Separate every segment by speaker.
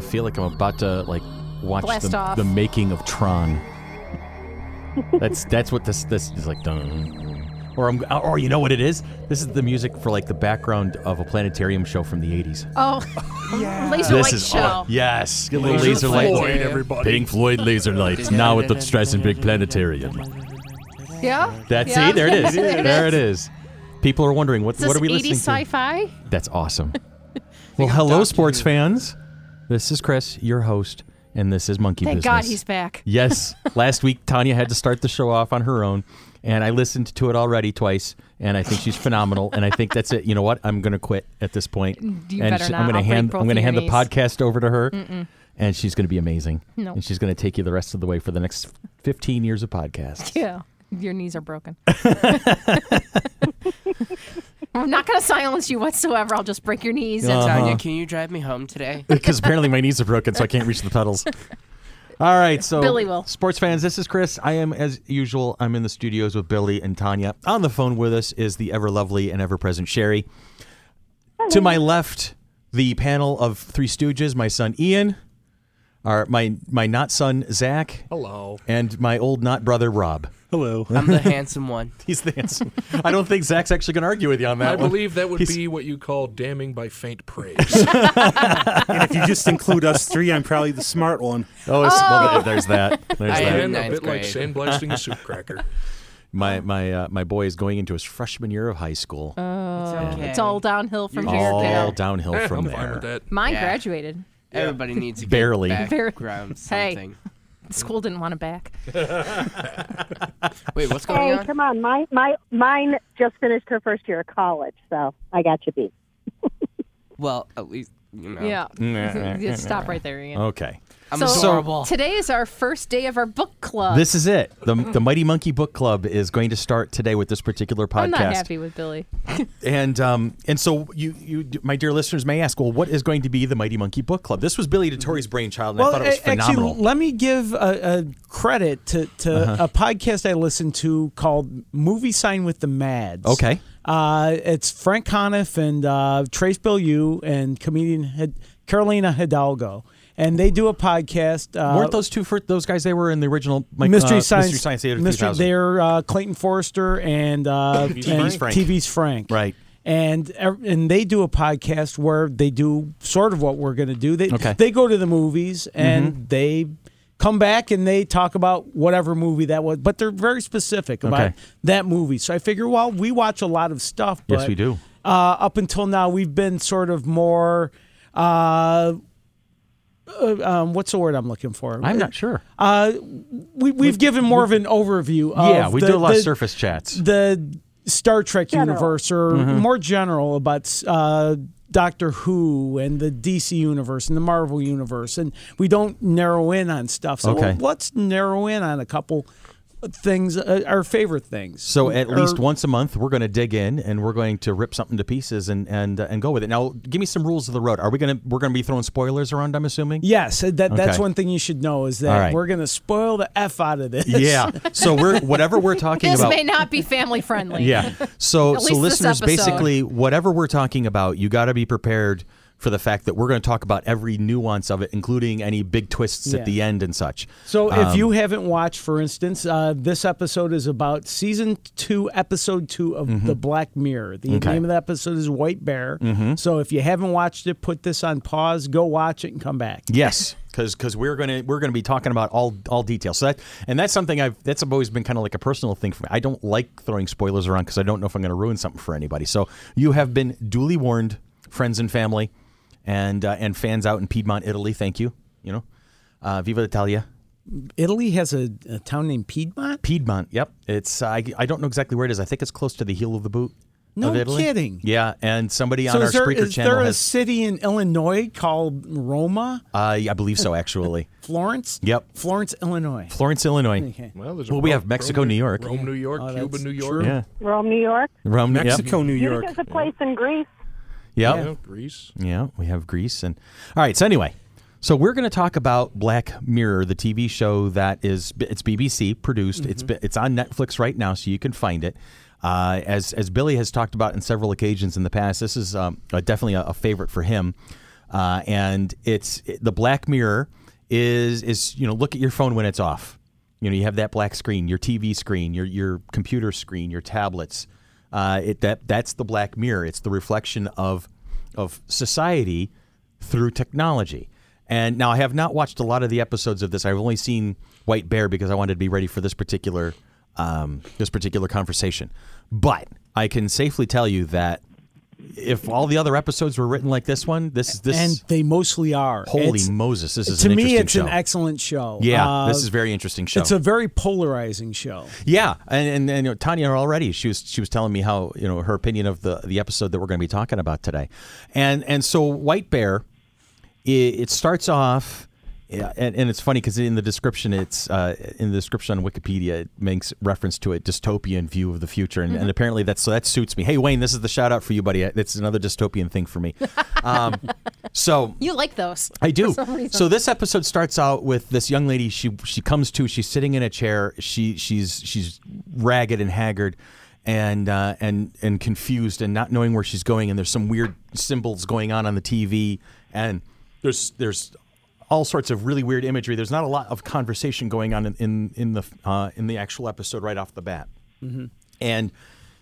Speaker 1: feel like I'm about to like watch
Speaker 2: Blast
Speaker 1: the,
Speaker 2: off.
Speaker 1: the making of Tron. that's that's what this this is like. Dun, or I'm or you know what it is? This is the music for like the background of a planetarium show from the 80s.
Speaker 2: Oh, laser
Speaker 1: This
Speaker 2: light
Speaker 1: is
Speaker 2: show.
Speaker 1: all, yes, get a little laser
Speaker 3: Laser
Speaker 1: light.
Speaker 3: Floyd, everybody.
Speaker 1: Pink Floyd laser lights now at the Strassenberg Planetarium.
Speaker 2: Yeah.
Speaker 1: That's
Speaker 2: yeah.
Speaker 1: see, there it is. there it is. People are wondering what
Speaker 2: Is this
Speaker 1: what are we
Speaker 2: 80s
Speaker 1: listening to?
Speaker 2: sci-fi?
Speaker 1: That's awesome. well, hello, sports fans. This is Chris, your host, and this is Monkey
Speaker 2: Thank
Speaker 1: Business.
Speaker 2: God he's back.
Speaker 1: Yes, last week Tanya had to start the show off on her own, and I listened to it already twice, and I think she's phenomenal. And I think that's it. You know what? I'm going to quit at this point,
Speaker 2: Mm, You
Speaker 1: and
Speaker 2: better
Speaker 1: she-
Speaker 2: not.
Speaker 1: I'm going to
Speaker 2: I'll break
Speaker 1: hand
Speaker 2: both
Speaker 1: I'm going to
Speaker 2: of your
Speaker 1: hand the
Speaker 2: knees.
Speaker 1: podcast over to her, and she's going to be amazing.
Speaker 2: No.
Speaker 1: and she's going to take you the rest of the way for the next 15 years of podcasts.
Speaker 2: Yeah. Your knees are broken. I'm not going to silence you whatsoever. I'll just break your knees. and-
Speaker 1: Uh-huh.
Speaker 3: Tanya, can you drive me home today?
Speaker 1: because apparently my knees are broken, so I can't reach the pedals. All right, so
Speaker 2: Billy will.
Speaker 1: Sports fans, this is Chris. I am, as usual, I'm in the studios with Billy and Tanya. On the phone with us is the ever lovely and ever present Sherry. To my left, the panel of three Stooges: my son Ian, our my my not son Zach,
Speaker 4: Hello.
Speaker 1: and my old not brother Rob.
Speaker 4: Hello.
Speaker 3: I'm the handsome one.
Speaker 1: He's the handsome. I don't think Zach's actually going to argue with you on that.
Speaker 4: I
Speaker 1: one.
Speaker 4: believe that would
Speaker 1: He's-
Speaker 4: be what you call damning by faint praise.
Speaker 5: and if you just include us three, I'm probably the smart one.
Speaker 1: Oh, it's, well, there's that. There's that.
Speaker 3: I am
Speaker 4: and a
Speaker 3: ninth
Speaker 4: bit like
Speaker 3: grade.
Speaker 4: sandblasting a soup cracker.
Speaker 2: Oh.
Speaker 1: My my uh, my boy is going into his freshman year of high school.
Speaker 3: it's okay.
Speaker 2: It's all downhill from here.
Speaker 1: all
Speaker 2: kiddo.
Speaker 1: downhill
Speaker 4: Eh,
Speaker 1: from
Speaker 4: I'm fine
Speaker 1: there.
Speaker 4: with that.
Speaker 2: Mine
Speaker 3: Yeah.
Speaker 2: graduated.
Speaker 3: Everybody needs a
Speaker 1: Barely.
Speaker 3: Good
Speaker 2: Barely.
Speaker 3: background
Speaker 2: Hey.
Speaker 3: something.
Speaker 2: School didn't want to back.
Speaker 3: Wait, what's going
Speaker 6: Hey,
Speaker 3: on?
Speaker 6: come on. My my mine just finished her first year of college, so I got you beat.
Speaker 3: Well, at least you know.
Speaker 2: Yeah. Just Stop right there, Ian.
Speaker 1: Okay.
Speaker 3: I'm
Speaker 2: So,
Speaker 3: adorable.
Speaker 2: Today is our first day of our book club.
Speaker 1: This is it. The, the Mighty Monkey Book Club is going to start today with this particular podcast.
Speaker 2: I'm not happy with Billy.
Speaker 1: And um and so you you my dear listeners may ask, well, what is going to be the Mighty Monkey Book Club? This was Billy DeTore's brainchild, and I thought it was
Speaker 7: a-
Speaker 1: phenomenal. Uh-huh.
Speaker 7: Actually, let me give a, a credit to, to a podcast I listened to called Movie Sign with the Mads.
Speaker 1: Okay.
Speaker 7: Uh, it's Frank Conniff and uh, Trace Bilyeu and comedian Hid- Carolina Hidalgo. And they do a podcast. Uh,
Speaker 1: Weren't those two for those guys? They were in the original like,
Speaker 7: Mystery
Speaker 1: uh,
Speaker 7: Science,
Speaker 1: Mystery Science Theater
Speaker 7: Mystery-
Speaker 1: 2000.
Speaker 7: They're uh, Clayton Forrester and, uh,
Speaker 1: TV's
Speaker 7: and
Speaker 1: Frank.
Speaker 7: TV's Frank.
Speaker 1: Right.
Speaker 7: And ev- and they do a podcast where they do sort of what we're going to do. They
Speaker 1: Okay. Mm-hmm.
Speaker 7: they go to the movies and they come back and they talk about whatever movie that was, but they're very specific about
Speaker 1: Okay.
Speaker 7: that movie. So I figure, well, we watch a lot of stuff. But,
Speaker 1: Yes, we do.
Speaker 7: Uh, up until now, we've been sort of more. Uh, uh, um, what's the word I'm looking for?
Speaker 1: I'm not sure.
Speaker 7: Uh, we, we've given more of an overview. Of
Speaker 1: yeah, we
Speaker 7: the,
Speaker 1: do a lot
Speaker 7: the,
Speaker 1: of surface chats.
Speaker 7: The Star Trek
Speaker 6: General.
Speaker 7: universe, or
Speaker 1: Mm-hmm.
Speaker 7: more general about uh, Doctor Who and the DC universe and the Marvel universe, and we don't narrow in on stuff. So
Speaker 1: Okay.
Speaker 7: let's narrow in on a couple things, uh, our favorite things.
Speaker 1: So at least
Speaker 7: Or-
Speaker 1: once a month, we're going to dig in and we're going to rip something to pieces and and uh, and go with it. Now, give me some rules of the road. Are we going to we're going to be throwing spoilers around? I'm assuming.
Speaker 7: Yes, that, that's
Speaker 1: Okay.
Speaker 7: one thing you should know is
Speaker 1: All
Speaker 7: that
Speaker 1: right.
Speaker 7: we're going to spoil the f out of this.
Speaker 1: Yeah. So we're whatever we're talking
Speaker 2: This
Speaker 1: about.
Speaker 2: may not be family friendly.
Speaker 1: yeah. So
Speaker 2: At
Speaker 1: so
Speaker 2: least this
Speaker 1: listeners,
Speaker 2: episode.
Speaker 1: basically, whatever we're talking about, you got to be prepared for the fact that we're going to talk about every nuance of it, including any big twists
Speaker 7: Yeah.
Speaker 1: at the end and such.
Speaker 7: So
Speaker 1: Um,
Speaker 7: if you haven't watched, for instance, uh, this episode is about season two, episode two of The Black Mirror. The
Speaker 1: Mm-hmm. Okay. Mm-hmm.
Speaker 7: name of the episode is White Bear. So if you haven't watched it, put this on pause, go watch it, and come back.
Speaker 1: Yes, because we're gonna we're gonna be talking about all all details. So that and that's something I've that's always been kind of like a personal thing for me. I don't like throwing spoilers around because I don't know if I'm gonna ruin something for anybody. So you have been duly warned, friends and family, and uh, and fans out in Piedmont, Italy. Thank you. You know, uh, Viva l'Italia.
Speaker 7: Italy has a, a town named Piedmont.
Speaker 1: Piedmont. Yep. It's I, I don't know exactly where it is. I think it's close to the heel of the boot.
Speaker 7: No
Speaker 1: of Italy.
Speaker 7: kidding.
Speaker 1: Yeah, and somebody on
Speaker 7: so
Speaker 1: our
Speaker 7: is there,
Speaker 1: Spreaker
Speaker 7: is
Speaker 1: channel
Speaker 7: there a
Speaker 1: has.
Speaker 7: city in Illinois called Roma,
Speaker 1: Uh, I believe so, actually.
Speaker 7: Florence?
Speaker 1: Yep.
Speaker 7: Florence, Illinois.
Speaker 1: Florence, Illinois.
Speaker 4: Well, there's a
Speaker 1: Well, we
Speaker 4: Rome-
Speaker 1: have Mexico,
Speaker 4: Rome- Oh,
Speaker 1: New York.
Speaker 4: Rome, New York, Cuba,
Speaker 7: that's
Speaker 4: New
Speaker 7: true.
Speaker 4: York.
Speaker 1: Yeah.
Speaker 6: Rome, New York.
Speaker 1: Rome, yep.
Speaker 5: Mexico, New York.
Speaker 6: There's a place in Greece.
Speaker 1: Yep.
Speaker 4: Yeah, Greece.
Speaker 1: Yeah, we have Greece and all right. So anyway, so we're going to talk about Black Mirror, the TV show that is it's BBC produced. It's be- it's on Netflix right now, so you can find it. Uh, as as Billy has talked about in several occasions in the past, this is um, uh, definitely a, a favorite for him. uh, and it's the black mirror is is you know look at your phone when it's off. You know you have that black screen, your TV screen, your your computer screen, your tablets. Uh, it that that's the black mirror. It's the reflection of of society through technology. And now I have not watched a lot of the episodes of this. I've only seen White Bear because I wanted to be ready for this particular um, this particular conversation. But I can safely tell you that if all the other episodes were written like this one, this is this
Speaker 7: and they mostly are.
Speaker 1: holy
Speaker 7: It's-
Speaker 1: Moses, this is
Speaker 7: to
Speaker 1: an
Speaker 7: me,
Speaker 1: interesting
Speaker 7: it's
Speaker 1: show.
Speaker 7: an excellent show.
Speaker 1: yeah,
Speaker 7: Uh,
Speaker 1: this is a very interesting show.
Speaker 7: It's a very polarizing show.
Speaker 1: Yeah, and and, and you know, Tanya already she was she was telling me how you know her opinion of the the episode that we're going to be talking about today, and and so White Bear, it, it starts off. Yeah, and, and it's funny because in the description, it's uh, in the description on Wikipedia, it makes reference to a dystopian view of the future, and, and apparently that's so that suits me. Hey Wayne, this is the shout out for you, buddy. It's another dystopian thing for me. Um, so
Speaker 2: You like those.
Speaker 1: I do.
Speaker 2: For some reason.
Speaker 1: So this episode starts out with this young lady. She she comes to. She's sitting in a chair. She she's she's ragged and haggard, and uh, and and confused and not knowing where she's going. And there's some weird symbols going on on the TV. And there's there's all sorts of really weird imagery. There's not a lot of conversation going on in in, in the uh, in the actual episode right off the bat. And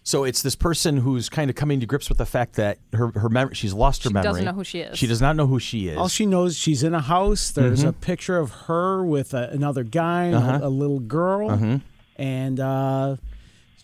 Speaker 1: so it's this person who's kind of coming to grips with the fact that her her memory she's lost her
Speaker 2: She
Speaker 1: memory.
Speaker 2: doesn't know who she is.
Speaker 1: She does not know who she is.
Speaker 7: All she knows, she's in a house. There's
Speaker 1: Mm-hmm.
Speaker 7: a picture of her with a, another guy, and a-
Speaker 1: Uh-huh.
Speaker 7: a, little girl, and uh,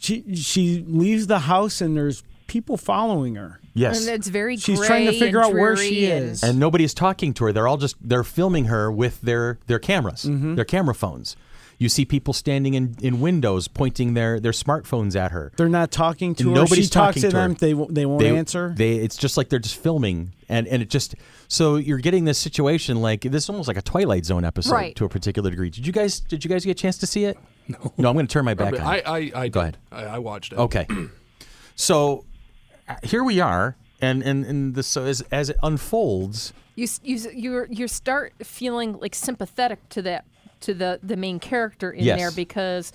Speaker 7: she she leaves the house, and there's people following her.
Speaker 1: yes.
Speaker 2: And it's very
Speaker 7: She's trying to
Speaker 2: gray
Speaker 7: figure
Speaker 2: and
Speaker 7: out where
Speaker 2: dreary
Speaker 7: she
Speaker 2: and-
Speaker 7: is.
Speaker 1: and nobody's talking to her. They're all just they're filming her with their their cameras, their camera phones. You see people standing in, in windows pointing their their smartphones at her.
Speaker 7: They're not talking to her.
Speaker 1: Nobody's
Speaker 7: she talks
Speaker 1: talking
Speaker 7: to
Speaker 1: to her.
Speaker 7: them. They won't- they won't
Speaker 1: They-
Speaker 7: answer.
Speaker 1: They it's just like they're just filming and and it just so you're getting this situation like this is almost like a Twilight Zone episode
Speaker 2: Right.
Speaker 1: to a particular degree. Did you guys did you guys get a chance to see it? No. No, I'm going to turn my back on.
Speaker 4: I,
Speaker 1: it.
Speaker 4: I, I, did.
Speaker 1: Go ahead.
Speaker 4: I, I watched it.
Speaker 1: Okay. so uh, here we are and and and this so as as it unfolds
Speaker 2: you s- you s- you you start feeling like sympathetic to that to the the main character in
Speaker 1: Yes.
Speaker 2: there because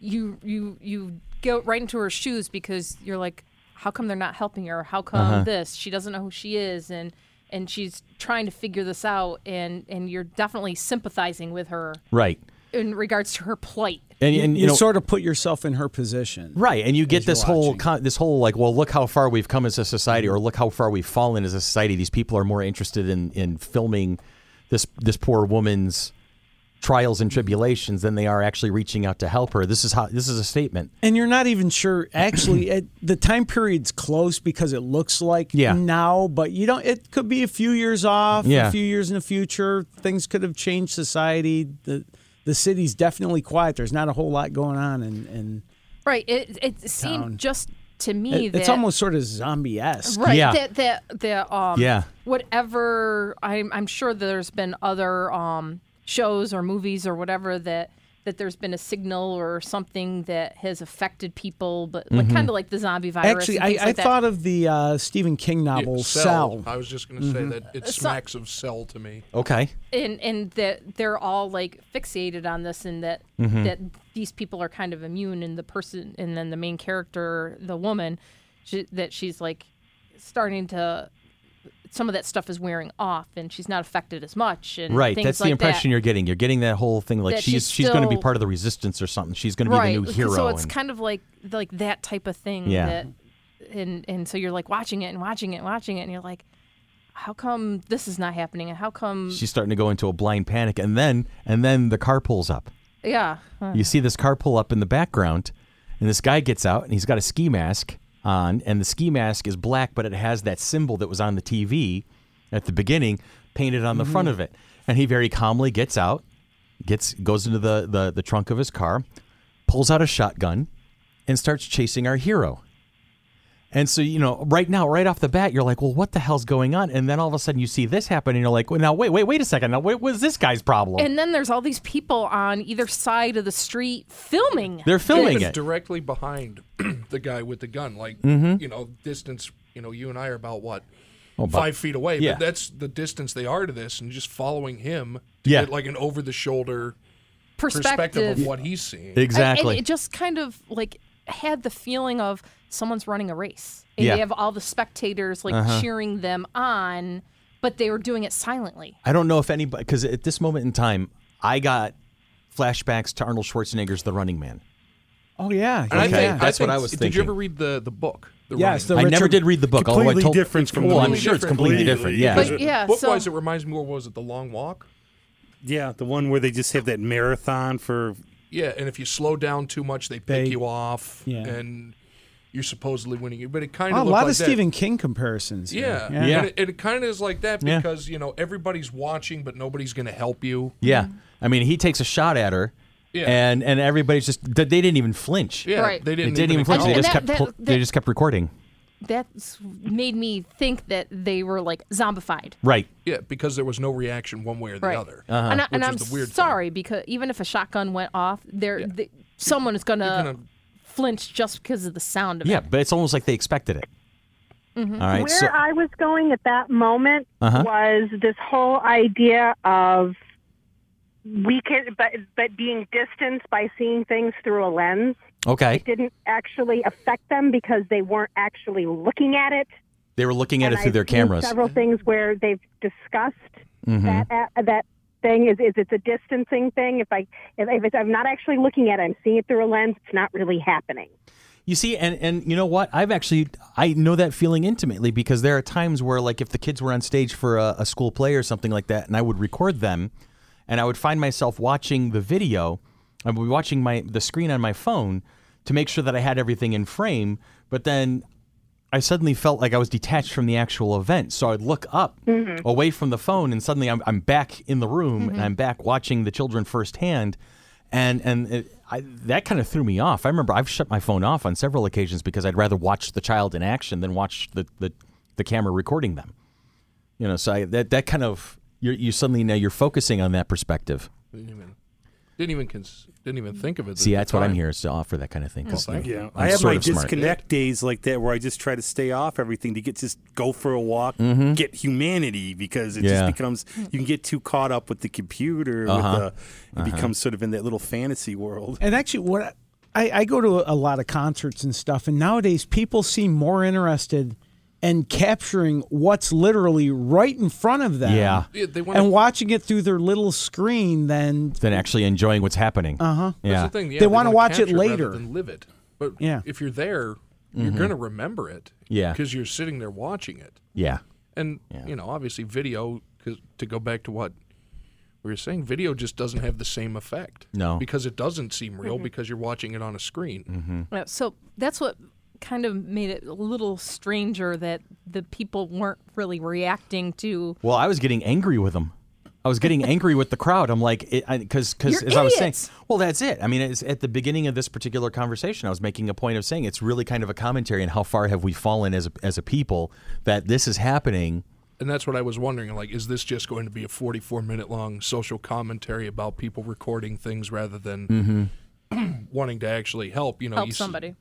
Speaker 2: you you you go right into her shoes because you're like how come they're not helping her how come this she doesn't know who she is and and she's trying to figure this out and and you're definitely sympathizing with her
Speaker 1: right.
Speaker 2: in regards to her plight
Speaker 1: And, and you know,
Speaker 7: sort of put yourself in her position.
Speaker 1: Right, and you get
Speaker 7: you're
Speaker 1: this whole
Speaker 7: watching.
Speaker 1: con- this whole like, well, look how far we've come as a society, or look how far we've fallen as a society. These people are more interested in in filming this this poor woman's trials and tribulations than they are actually reaching out to help her. This is how this is a statement.
Speaker 7: And you're not even sure. Actually, it, the time period's close because it looks like
Speaker 1: Yeah.
Speaker 7: now, but you don't. It could be a few years off.
Speaker 1: Yeah.
Speaker 7: A few years in the future, things could have changed society. The the city's definitely quiet. There's not a whole lot going on, and and
Speaker 2: right it it seemed
Speaker 7: Town.
Speaker 2: just to me
Speaker 7: it-
Speaker 2: that
Speaker 7: it's almost sort of zombie esque.
Speaker 2: right
Speaker 1: Yeah.
Speaker 2: that that that um
Speaker 1: Yeah.
Speaker 2: whatever i'm i'm sure there's been other um shows or movies or whatever that that there's been a signal or something that has affected people but like kind of like the zombie virus and
Speaker 7: Mm-hmm. Actually,
Speaker 2: things
Speaker 7: I, I
Speaker 2: like that.
Speaker 7: thought of the uh, Stephen King
Speaker 4: Yeah,
Speaker 7: novel
Speaker 4: Cell.
Speaker 7: Cell.
Speaker 4: I was just going to say that it smacks of Cell to me.
Speaker 1: Okay,
Speaker 2: and and that they're all like fixated on this and that
Speaker 1: Mm-hmm.
Speaker 2: that these people are kind of immune and the person and then the main character the woman she, that she's like starting to some of that stuff is wearing off and she's not affected as much and
Speaker 1: right.
Speaker 2: things
Speaker 1: That's the
Speaker 2: like that.
Speaker 1: impression you're getting. You're getting that whole thing like
Speaker 2: That
Speaker 1: she's
Speaker 2: she's
Speaker 1: she's going to be
Speaker 2: still-
Speaker 1: part of the resistance or something. She's going to be
Speaker 2: right.
Speaker 1: the new
Speaker 2: okay,
Speaker 1: hero.
Speaker 2: So it's
Speaker 1: and-
Speaker 2: kind of like like that type of thing.
Speaker 1: Yeah.
Speaker 2: That, and and so you're like watching it and watching it and watching it and you're like, how come this is not happening and how come
Speaker 1: she's starting to go into a blind panic, and then and then the car pulls up.
Speaker 2: yeah
Speaker 1: You see this car pull up in the background, and this guy gets out and he's got a ski mask on, and the ski mask is black, but it has that symbol that was on the TV at the beginning painted on the front of it. And he very calmly gets out, gets goes into the, the, the trunk of his car, pulls out a shotgun, and starts chasing our hero. And so, you know, right now, right off the bat, you're like, well, what the hell's going on? And then all of a sudden you see this happen, and you're like, well, now, wait, wait, wait a second. Now, what was this guy's problem?
Speaker 2: and then there's all these people on either side of the street filming
Speaker 1: They're filming
Speaker 4: Even
Speaker 1: it.
Speaker 4: directly behind the guy with the gun. Like,
Speaker 1: Mm-hmm.
Speaker 4: you know, distance, you know, you and I are about what? Five feet away.
Speaker 1: Oh, yeah.
Speaker 4: But that's the distance they are to this, and just following him to
Speaker 1: Yeah.
Speaker 4: get like an over the shoulder
Speaker 2: perspective,
Speaker 4: perspective of what he's seeing.
Speaker 2: And-
Speaker 1: Exactly.
Speaker 2: And it just kind of like had the feeling of someone's running a race. And
Speaker 1: Yeah. Uh-huh.
Speaker 2: you have all the spectators like cheering them on but they were doing it silently.
Speaker 1: I don't know if anybody, because at this moment in time, I got flashbacks to Arnold Schwarzenegger's The Running Man.
Speaker 7: Oh yeah.
Speaker 4: And I
Speaker 1: Okay.
Speaker 4: think- I
Speaker 1: That's what
Speaker 4: think-
Speaker 1: I was
Speaker 4: Did you
Speaker 1: thinking.
Speaker 4: ever read the the book? The
Speaker 7: Yes, the
Speaker 4: Running Man?
Speaker 1: I never
Speaker 7: Richard-
Speaker 1: did read the book. although I
Speaker 5: completely
Speaker 1: told-
Speaker 5: different from
Speaker 1: Well,
Speaker 5: the
Speaker 1: I'm
Speaker 5: movie.
Speaker 1: sure it's completely different.
Speaker 5: Completely.
Speaker 1: Yeah.
Speaker 2: But yeah,
Speaker 4: Book
Speaker 2: so
Speaker 4: wise, it reminds me. What was it? The Long Walk.
Speaker 5: Yeah, the one where they just have that marathon for.
Speaker 4: Yeah, and if you slow down too much, they pick
Speaker 7: They-
Speaker 4: you off,
Speaker 7: yeah.
Speaker 4: and you're supposedly winning. it. But it kind of
Speaker 7: Oh, a lot
Speaker 4: like
Speaker 7: of
Speaker 4: that.
Speaker 7: Stephen King comparisons. here.
Speaker 4: Yeah,
Speaker 7: Yeah.
Speaker 1: Yeah.
Speaker 4: And it, and it kind of is like that
Speaker 1: Yeah.
Speaker 4: because you know everybody's watching, but nobody's going to help you.
Speaker 1: Yeah. I mean, he takes a shot at her,
Speaker 4: Yeah.
Speaker 1: and and everybody's just they didn't even flinch.
Speaker 4: Yeah,
Speaker 2: Right.
Speaker 4: they
Speaker 1: They
Speaker 4: didn't.
Speaker 1: didn't even flinch.
Speaker 4: acknowledge
Speaker 1: They
Speaker 2: And
Speaker 1: just
Speaker 2: that-
Speaker 1: kept
Speaker 2: that-
Speaker 1: pl- they
Speaker 2: that-
Speaker 1: just kept recording.
Speaker 2: that's made me think that they were like zombified.
Speaker 1: Right.
Speaker 4: Yeah, because there was no reaction one way or the
Speaker 2: Right.
Speaker 4: other.
Speaker 1: Uh-huh.
Speaker 2: and, I, and
Speaker 4: Which
Speaker 2: I'm
Speaker 4: is the weird thing.
Speaker 2: sorry because even if a shotgun went off, there the, someone is gonna,
Speaker 4: You're gonna-
Speaker 2: flinch just because of the sound of
Speaker 1: Yeah,
Speaker 2: it.
Speaker 1: but it's almost like they expected it. All right.
Speaker 6: Mm-hmm. Where
Speaker 1: so,
Speaker 6: I was going at that moment
Speaker 5: Uh-huh.
Speaker 6: was this whole idea of we could, but but being distanced by seeing things through a lens
Speaker 1: okay.
Speaker 6: didn't actually affect them because they weren't actually looking at it.
Speaker 1: They were looking at it
Speaker 6: And
Speaker 1: through
Speaker 6: I've
Speaker 1: their
Speaker 6: seen
Speaker 1: cameras. Mm-hmm.
Speaker 6: Several things where they've discussed that uh, that thing is is it's a distancing thing. If I if, if it's, I'm not actually looking at it, I'm seeing it through a lens. It's not really happening.
Speaker 1: You see, and and you know what? I've actually I know that feeling intimately because there are times where like if the kids were on stage for a, a school play or something like that, and I would record them, and I would find myself watching the video. I would be watching my the screen on my phone to make sure that I had everything in frame, but then I suddenly felt like I was detached from the actual event. So I'd look up away from the phone, and suddenly I'm, I'm back in the room and I'm back watching the children firsthand. And and it, I, that kind of threw me off. I remember I've shut my phone off on several occasions because I'd rather watch the child in action than watch the, the, the camera recording them. You know, so I, that that kind of you you suddenly now you're focusing on that perspective.
Speaker 4: Didn't even, didn't even cons- didn't even think of it.
Speaker 1: See,
Speaker 4: at
Speaker 5: Mm-hmm.
Speaker 4: the
Speaker 1: that's what I'm
Speaker 4: time.
Speaker 1: here is to offer that kind of thing. 'cause, you know,
Speaker 5: Yeah,
Speaker 1: I'm
Speaker 5: i have
Speaker 1: sort
Speaker 5: my
Speaker 1: of smart.
Speaker 5: disconnect days like that where I just try to stay off everything to get just go for a walk, get humanity because it
Speaker 1: Mm-hmm. Yeah. Uh-huh.
Speaker 5: just becomes you can get too caught up with the computer, with the, it becomes sort of in that little fantasy world.
Speaker 7: And actually, what I- I, I go to a lot of concerts and stuff, and nowadays people seem more interested in capturing what's literally right in front of them.
Speaker 1: Yeah.
Speaker 4: Yeah, they wanna-
Speaker 7: and watching it through their little screen than
Speaker 1: Than actually enjoying what's happening. Uh
Speaker 5: Uh-huh.
Speaker 1: huh.
Speaker 4: That's
Speaker 1: Yeah.
Speaker 4: the thing. Yeah,
Speaker 7: They wanna
Speaker 4: wanna
Speaker 7: watch it
Speaker 4: capture rather
Speaker 7: later.
Speaker 4: than live it. But
Speaker 7: Yeah.
Speaker 4: if you're there, you're going to remember it.
Speaker 1: Mm-hmm. Yeah.
Speaker 4: because you're sitting there watching it.
Speaker 1: Yeah.
Speaker 4: And you know, obviously, video. 'cause to go back to what we were saying, video just doesn't have the same effect.
Speaker 1: No.
Speaker 4: because it doesn't seem real
Speaker 7: Mm-hmm.
Speaker 4: because you're watching it on a screen.
Speaker 1: Mm-hmm.
Speaker 2: Yeah, Uh, so that's what kind of made it a little stranger that the people weren't really reacting to.
Speaker 1: Well, I was getting angry with them. I was getting angry with the crowd. I'm like, because because as
Speaker 2: You're
Speaker 1: I was saying,
Speaker 2: idiots.
Speaker 1: well, that's it. I mean, it's at the beginning of this particular conversation, I was making a point of saying it's really kind of a commentary on how far have we fallen as a, as a people that this is happening.
Speaker 4: And that's what I was wondering. Like, is this just going to be a 44 minute long social commentary about people recording things rather than
Speaker 1: Mm-hmm.
Speaker 4: wanting to actually help? You know,
Speaker 2: Help
Speaker 4: Oh, you see-
Speaker 2: somebody.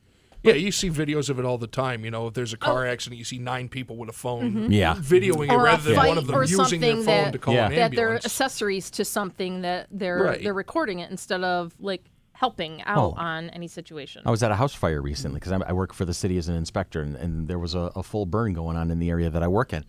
Speaker 4: yeah, you see videos of it all the time. You know, if there's a car accident, you see nine people with a phone
Speaker 1: Yeah.
Speaker 4: videoing it
Speaker 2: Oh. Mm-hmm. Or a
Speaker 4: rather than one
Speaker 2: fight
Speaker 4: of them
Speaker 2: or
Speaker 4: using their phone
Speaker 2: something that-
Speaker 4: to call
Speaker 1: Yeah.
Speaker 4: an
Speaker 2: That they're
Speaker 4: ambulance.
Speaker 2: accessories to something that they're
Speaker 4: Right.
Speaker 2: they're recording it instead of like helping out
Speaker 1: Oh.
Speaker 2: on any situation.
Speaker 1: I was at a house fire recently because I work for the city as an inspector, and, and there was a, a full burn going on in the area that I work in.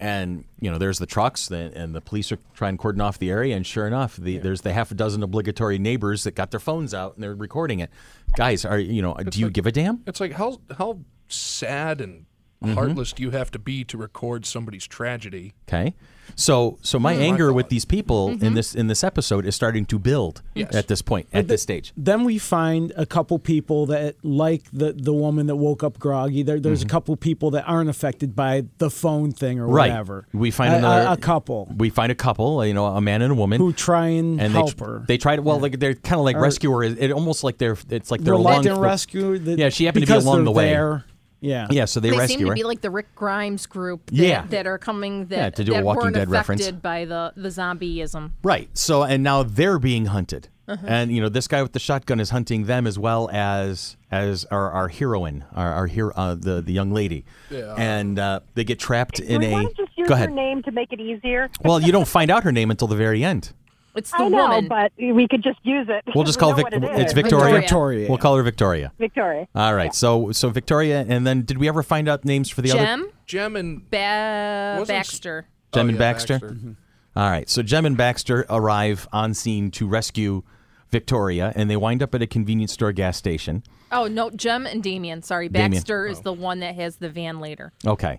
Speaker 1: And you know, there's the trucks, and, and the police are trying to cordon off the area. And sure enough, the, there's the half a dozen obligatory neighbors that got their phones out and they're recording it. Guys, are you know? Do you give a damn?
Speaker 4: It's like how how sad and
Speaker 1: Mm-hmm.
Speaker 4: heartless do you have to be to record somebody's tragedy?
Speaker 1: Okay. So so my anger with these people
Speaker 7: Mm-hmm.
Speaker 1: in this in this episode is starting to build
Speaker 4: Yes.
Speaker 1: at this point at this stage.
Speaker 7: then we find a couple people that like the the woman that woke up groggy. There, there's a couple people that aren't affected by the phone thing or
Speaker 1: Mm-hmm. Right.
Speaker 7: whatever.
Speaker 1: We find
Speaker 7: A- a-
Speaker 1: another
Speaker 7: a couple
Speaker 1: We find a couple, you know, a man and a woman
Speaker 7: who try and,
Speaker 1: and
Speaker 7: help
Speaker 1: they,
Speaker 7: her.
Speaker 1: they try to well like they're kind of like rescuer it almost like they're it's like they're along
Speaker 7: Reluctant
Speaker 1: the-
Speaker 7: rescue. The,
Speaker 1: Yeah, she happened to be
Speaker 7: because
Speaker 1: along
Speaker 7: they're
Speaker 1: the way.
Speaker 7: There. Yeah.
Speaker 1: yeah so they,
Speaker 2: they
Speaker 1: rescue
Speaker 2: seem to
Speaker 1: her
Speaker 2: be like the Rick Grimes group that,
Speaker 1: Yeah.
Speaker 2: that are coming that,
Speaker 1: Yeah, to do a
Speaker 2: that
Speaker 1: Walking
Speaker 2: weren't
Speaker 1: Dead reference.
Speaker 2: affected by the, the zombieism.
Speaker 1: right so and now they're being hunted
Speaker 6: Uh-huh.
Speaker 1: and you know this guy with the shotgun is hunting them as well as as our, our heroine our, our hero uh, the the young lady yeah. and uh, they get trapped
Speaker 6: Do
Speaker 1: in
Speaker 6: we
Speaker 1: a
Speaker 6: want to just use
Speaker 1: go ahead
Speaker 6: her name to make it easier?
Speaker 1: well you don't find out her name until the very end
Speaker 2: It's the
Speaker 6: I know,
Speaker 2: woman.
Speaker 6: but we could just use it.
Speaker 1: we'll just call
Speaker 6: we
Speaker 1: Vic-
Speaker 6: know what it
Speaker 1: it's
Speaker 6: is.
Speaker 1: Victoria
Speaker 7: Victoria.
Speaker 1: we'll call her Victoria
Speaker 6: Victoria.
Speaker 1: all right so so Victoria and then did we ever find out names for the other
Speaker 2: Jem
Speaker 4: Gem and
Speaker 2: ba- Mm-hmm.
Speaker 4: Wasn't-
Speaker 2: Baxter.
Speaker 1: Jem and
Speaker 4: yeah,
Speaker 1: Baxter.
Speaker 4: Baxter.
Speaker 1: All right. So Jem and Baxter arrive on scene to rescue Victoria, and they wind up at a convenience store gas station.
Speaker 2: Oh no, Jem and Damien. Sorry,
Speaker 1: Damien. Oh.
Speaker 2: Baxter is the one that has the van later.
Speaker 1: Okay.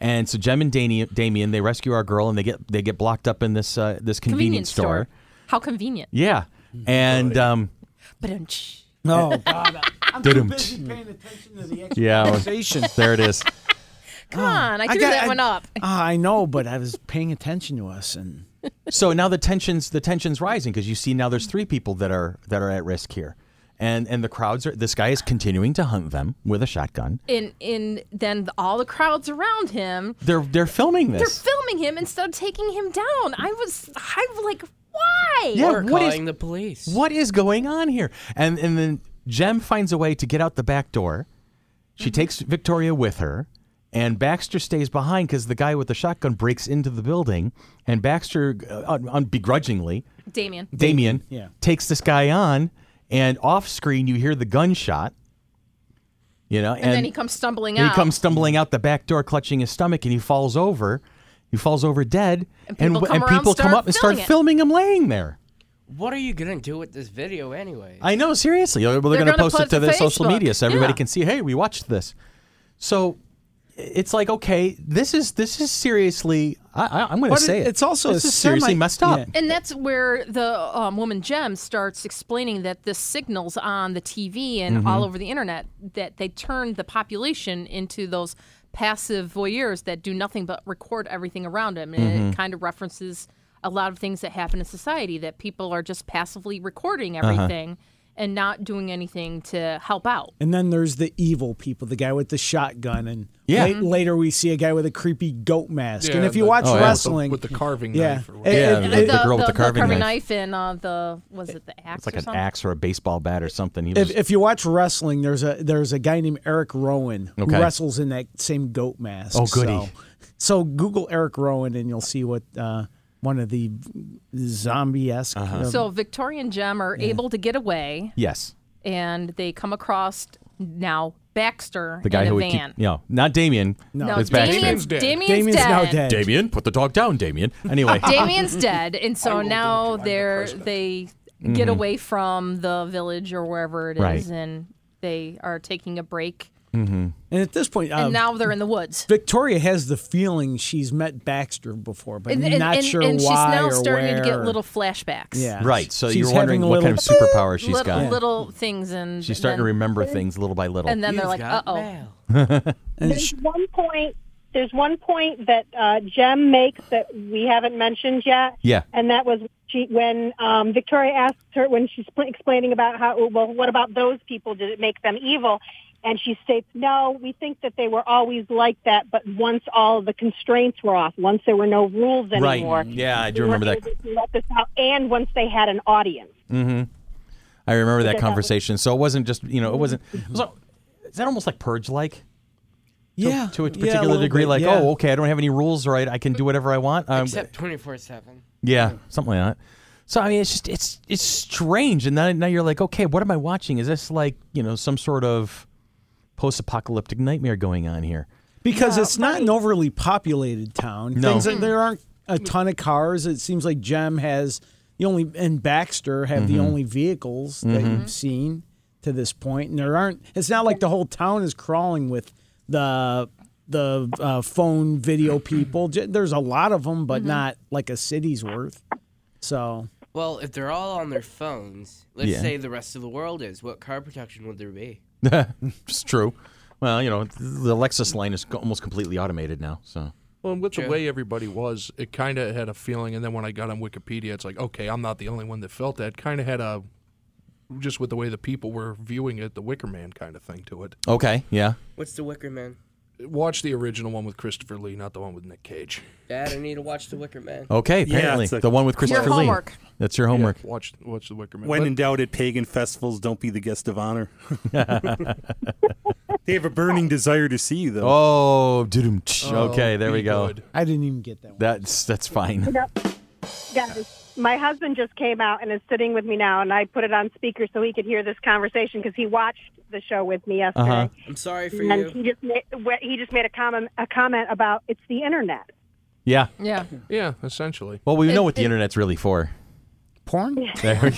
Speaker 1: And so Jem and Dani- Damien, they rescue our girl, and they get they get blocked up in this uh, this convenience, store.
Speaker 2: How convenient.
Speaker 1: Yeah. And um,
Speaker 2: But
Speaker 7: No, God, I'm too
Speaker 1: Didn't.
Speaker 7: busy paying attention to the
Speaker 1: yeah,
Speaker 7: expectation.
Speaker 1: there it is. Oh,
Speaker 2: come on, I
Speaker 7: I
Speaker 2: threw
Speaker 7: got-
Speaker 2: that
Speaker 7: I-
Speaker 2: one up.
Speaker 7: Ah, I know, but I was paying attention to us, and
Speaker 1: so now the tensions the tensions rising because you see now there's three people that are that are at risk here and and the crowds are this guy is continuing to hunt them with a shotgun
Speaker 2: And and then the- all the crowds around him,
Speaker 1: they're they're filming
Speaker 2: they're
Speaker 1: this
Speaker 2: filming him instead of taking him down. I was, I was like, why?
Speaker 1: yeah
Speaker 3: We're
Speaker 1: what
Speaker 3: calling
Speaker 1: is
Speaker 3: the police.
Speaker 1: what is going on here and and then jem finds a way to get out the back door she takes victoria with her and Baxter stays behind because the guy with the shotgun breaks into the building, and Baxter, uh, un- un- begrudgingly,
Speaker 2: Damien.
Speaker 1: Damien
Speaker 7: yeah.
Speaker 1: takes this guy on, and off screen you hear the gunshot. You know, and,
Speaker 2: And, then he comes stumbling
Speaker 1: he
Speaker 2: out.
Speaker 1: comes stumbling out the back door, clutching his stomach, and he falls over. He falls over dead,
Speaker 2: And people
Speaker 1: w-
Speaker 2: come around,
Speaker 1: people come
Speaker 2: start
Speaker 1: up and start
Speaker 2: filming
Speaker 1: filming
Speaker 2: it.
Speaker 1: him laying there.
Speaker 3: What are you gonna do with this video anyway?
Speaker 1: I know, seriously. They're, they're going to
Speaker 2: gonna
Speaker 1: post it
Speaker 2: post
Speaker 1: to
Speaker 2: it
Speaker 1: their
Speaker 2: to
Speaker 1: social
Speaker 2: Facebook.
Speaker 1: media so everybody
Speaker 2: Yeah.
Speaker 1: can see. Hey, we watched this. So it's like, okay, this is this is seriously. I, I, I'm going to
Speaker 7: But
Speaker 1: say it.
Speaker 7: it- it's also
Speaker 1: this
Speaker 7: a
Speaker 1: is seriously
Speaker 7: semi-
Speaker 1: messed up.
Speaker 7: yeah.
Speaker 2: And that's where the um, woman Jem starts explaining that the signals on the TV and
Speaker 1: Mm-hmm.
Speaker 2: all over the internet that they turn the population into those passive voyeurs that do nothing but record everything around them, and
Speaker 1: Mm-hmm.
Speaker 2: it kind of references a lot of things that happen in society that people are just passively recording
Speaker 1: Uh-huh.
Speaker 2: everything and not doing anything to help out.
Speaker 7: and then there's the evil people, the guy with the shotgun, and
Speaker 1: Yeah. Mm-hmm.
Speaker 7: late- later we see a guy with a creepy goat mask. and
Speaker 4: Yeah,
Speaker 7: if you
Speaker 4: the-
Speaker 7: watch
Speaker 1: Oh, yeah.
Speaker 7: wrestling,
Speaker 4: with the carving
Speaker 7: yeah,
Speaker 4: knife. Or
Speaker 7: It-
Speaker 4: whatever.
Speaker 1: Yeah,
Speaker 7: it-
Speaker 1: the-
Speaker 7: it-
Speaker 1: the girl with the carving knife.
Speaker 2: knife. and uh, the was it the axe?
Speaker 1: It's like
Speaker 2: or
Speaker 1: an
Speaker 2: something?
Speaker 1: axe or a baseball bat or something. He
Speaker 7: if,
Speaker 1: was-
Speaker 7: if you watch wrestling, there's a there's a guy named Eric Rowan
Speaker 1: Okay.
Speaker 7: who wrestles in that same goat mask.
Speaker 1: Oh, goody.
Speaker 7: So, so Google Eric Rowan and you'll see what uh, one of the zombie esque.
Speaker 1: Uh-huh.
Speaker 2: So Victoria and Jem are able to get away.
Speaker 1: yes.
Speaker 2: and they come across now Baxter
Speaker 1: The guy
Speaker 2: in a
Speaker 1: who would
Speaker 2: van.
Speaker 1: keep, yeah, not Damien.
Speaker 2: no,
Speaker 1: it's Baxter.
Speaker 2: Damien's,
Speaker 4: Damien's dead.
Speaker 2: Damien's
Speaker 7: Damien's
Speaker 2: dead.
Speaker 7: now dead.
Speaker 1: Damien, put the dog down, Damien. Anyway,
Speaker 2: Damien's dead, and so now
Speaker 4: the
Speaker 2: they're
Speaker 4: president.
Speaker 2: they get away from the village or wherever it is,
Speaker 1: Mm-hmm. Right.
Speaker 2: and they are taking a break.
Speaker 7: And at this point,
Speaker 2: And
Speaker 7: um,
Speaker 2: now they're in the woods.
Speaker 7: Victoria has the feeling she's met Baxter before, but
Speaker 2: And, and-
Speaker 7: not
Speaker 2: and-
Speaker 7: sure
Speaker 2: and she's
Speaker 7: why
Speaker 2: now
Speaker 7: or
Speaker 2: starting
Speaker 7: where.
Speaker 2: to get little flashbacks.
Speaker 7: Yeah.
Speaker 1: right. So
Speaker 7: She's
Speaker 1: you're wondering
Speaker 7: having a
Speaker 1: what kind of
Speaker 7: little-
Speaker 1: superpower she's
Speaker 2: little,
Speaker 1: got.
Speaker 2: little things, and
Speaker 1: She's starting to
Speaker 2: then-
Speaker 1: remember things little by little.
Speaker 2: And then they're like, "Uh oh."
Speaker 7: And
Speaker 6: There's
Speaker 7: she-
Speaker 6: one point. There's one point that uh, Jem makes that we haven't mentioned yet.
Speaker 1: Yeah.
Speaker 6: And that was she when um, Victoria asks her when she's pl- explaining about how well what about those people? Did it make them evil? And she states, no, we think that they were always like that, but once all the constraints were off, once there were no rules
Speaker 1: right.
Speaker 6: anymore.
Speaker 1: Yeah, I
Speaker 6: they
Speaker 1: do
Speaker 6: were
Speaker 1: remember that.
Speaker 6: able to let this out, and once they had an audience.
Speaker 1: I remember that
Speaker 6: Because that was-
Speaker 1: conversation. So it wasn't just you know it wasn't. So is that almost like purge like?
Speaker 7: yeah,
Speaker 1: To a
Speaker 7: yeah,
Speaker 1: particular
Speaker 7: little
Speaker 1: degree,
Speaker 7: bit,
Speaker 1: like,
Speaker 7: yeah.
Speaker 1: oh, okay, I don't have any rules, right? I can do whatever I want. Um,
Speaker 3: except twenty four seven.
Speaker 1: yeah, something like that. So I mean, it's just it's it's strange, and then now you're like, okay, what am I watching? Is this like you know some sort of post-apocalyptic nightmare going on here?
Speaker 7: because it's not an overly populated town.
Speaker 1: No.
Speaker 7: Things like, there aren't a ton of cars. It seems like Jem has the only and Baxter have
Speaker 1: Mm-hmm.
Speaker 7: the only vehicles that you've seen to this point, and there aren't. It's not like the whole town is crawling with the the uh, phone video people. J- There's a lot of them,
Speaker 1: Mm-hmm.
Speaker 7: but not like a city's worth. So
Speaker 3: Well, if they're all on their phones, let's
Speaker 1: Yeah.
Speaker 3: say the rest of the world is, what car protection would there be?
Speaker 1: It's true. Well, you know, the Lexus line is almost completely automated now, so.
Speaker 4: Well, and with
Speaker 3: True.
Speaker 4: the way everybody was, it kind of had a feeling. And then when I got on Wikipedia, it's like, okay, I'm not the only one that felt that. Kind of had a, just with the way the people were viewing it, the Wicker Man kind of thing to it.
Speaker 1: Okay, yeah.
Speaker 3: What's the Wicker Man?
Speaker 4: Watch the original one with Christopher Lee, not the one with Nick Cage.
Speaker 3: Dad, I need to watch the Wicker Man.
Speaker 1: Okay, apparently.
Speaker 5: it's a-
Speaker 1: the one with Christopher Lee.
Speaker 2: homework.
Speaker 1: That's your homework.
Speaker 4: Watch, watch the Wicker Man.
Speaker 5: When
Speaker 4: But-
Speaker 5: in doubt at pagan festivals, don't be the guest of honor. they have a burning desire to see you, though.
Speaker 1: Oh, doo-doo-tsh. okay,
Speaker 4: Oh,
Speaker 1: there we
Speaker 4: be
Speaker 1: go.
Speaker 4: good.
Speaker 7: I didn't even get that one.
Speaker 1: That's that's fine.
Speaker 6: Guys, my husband just came out and is sitting with me now, and I put it on speaker so he could hear this conversation because he watched the show with me yesterday.
Speaker 1: Uh-huh.
Speaker 3: I'm sorry for
Speaker 6: And
Speaker 3: you.
Speaker 6: he just made, wh- he just made a comment a comment about it's the internet.
Speaker 1: Yeah.
Speaker 2: Yeah.
Speaker 4: Yeah, essentially.
Speaker 1: Well, we know
Speaker 2: It-
Speaker 1: what the
Speaker 2: it-
Speaker 1: internet's really for.
Speaker 7: Porn?
Speaker 1: There.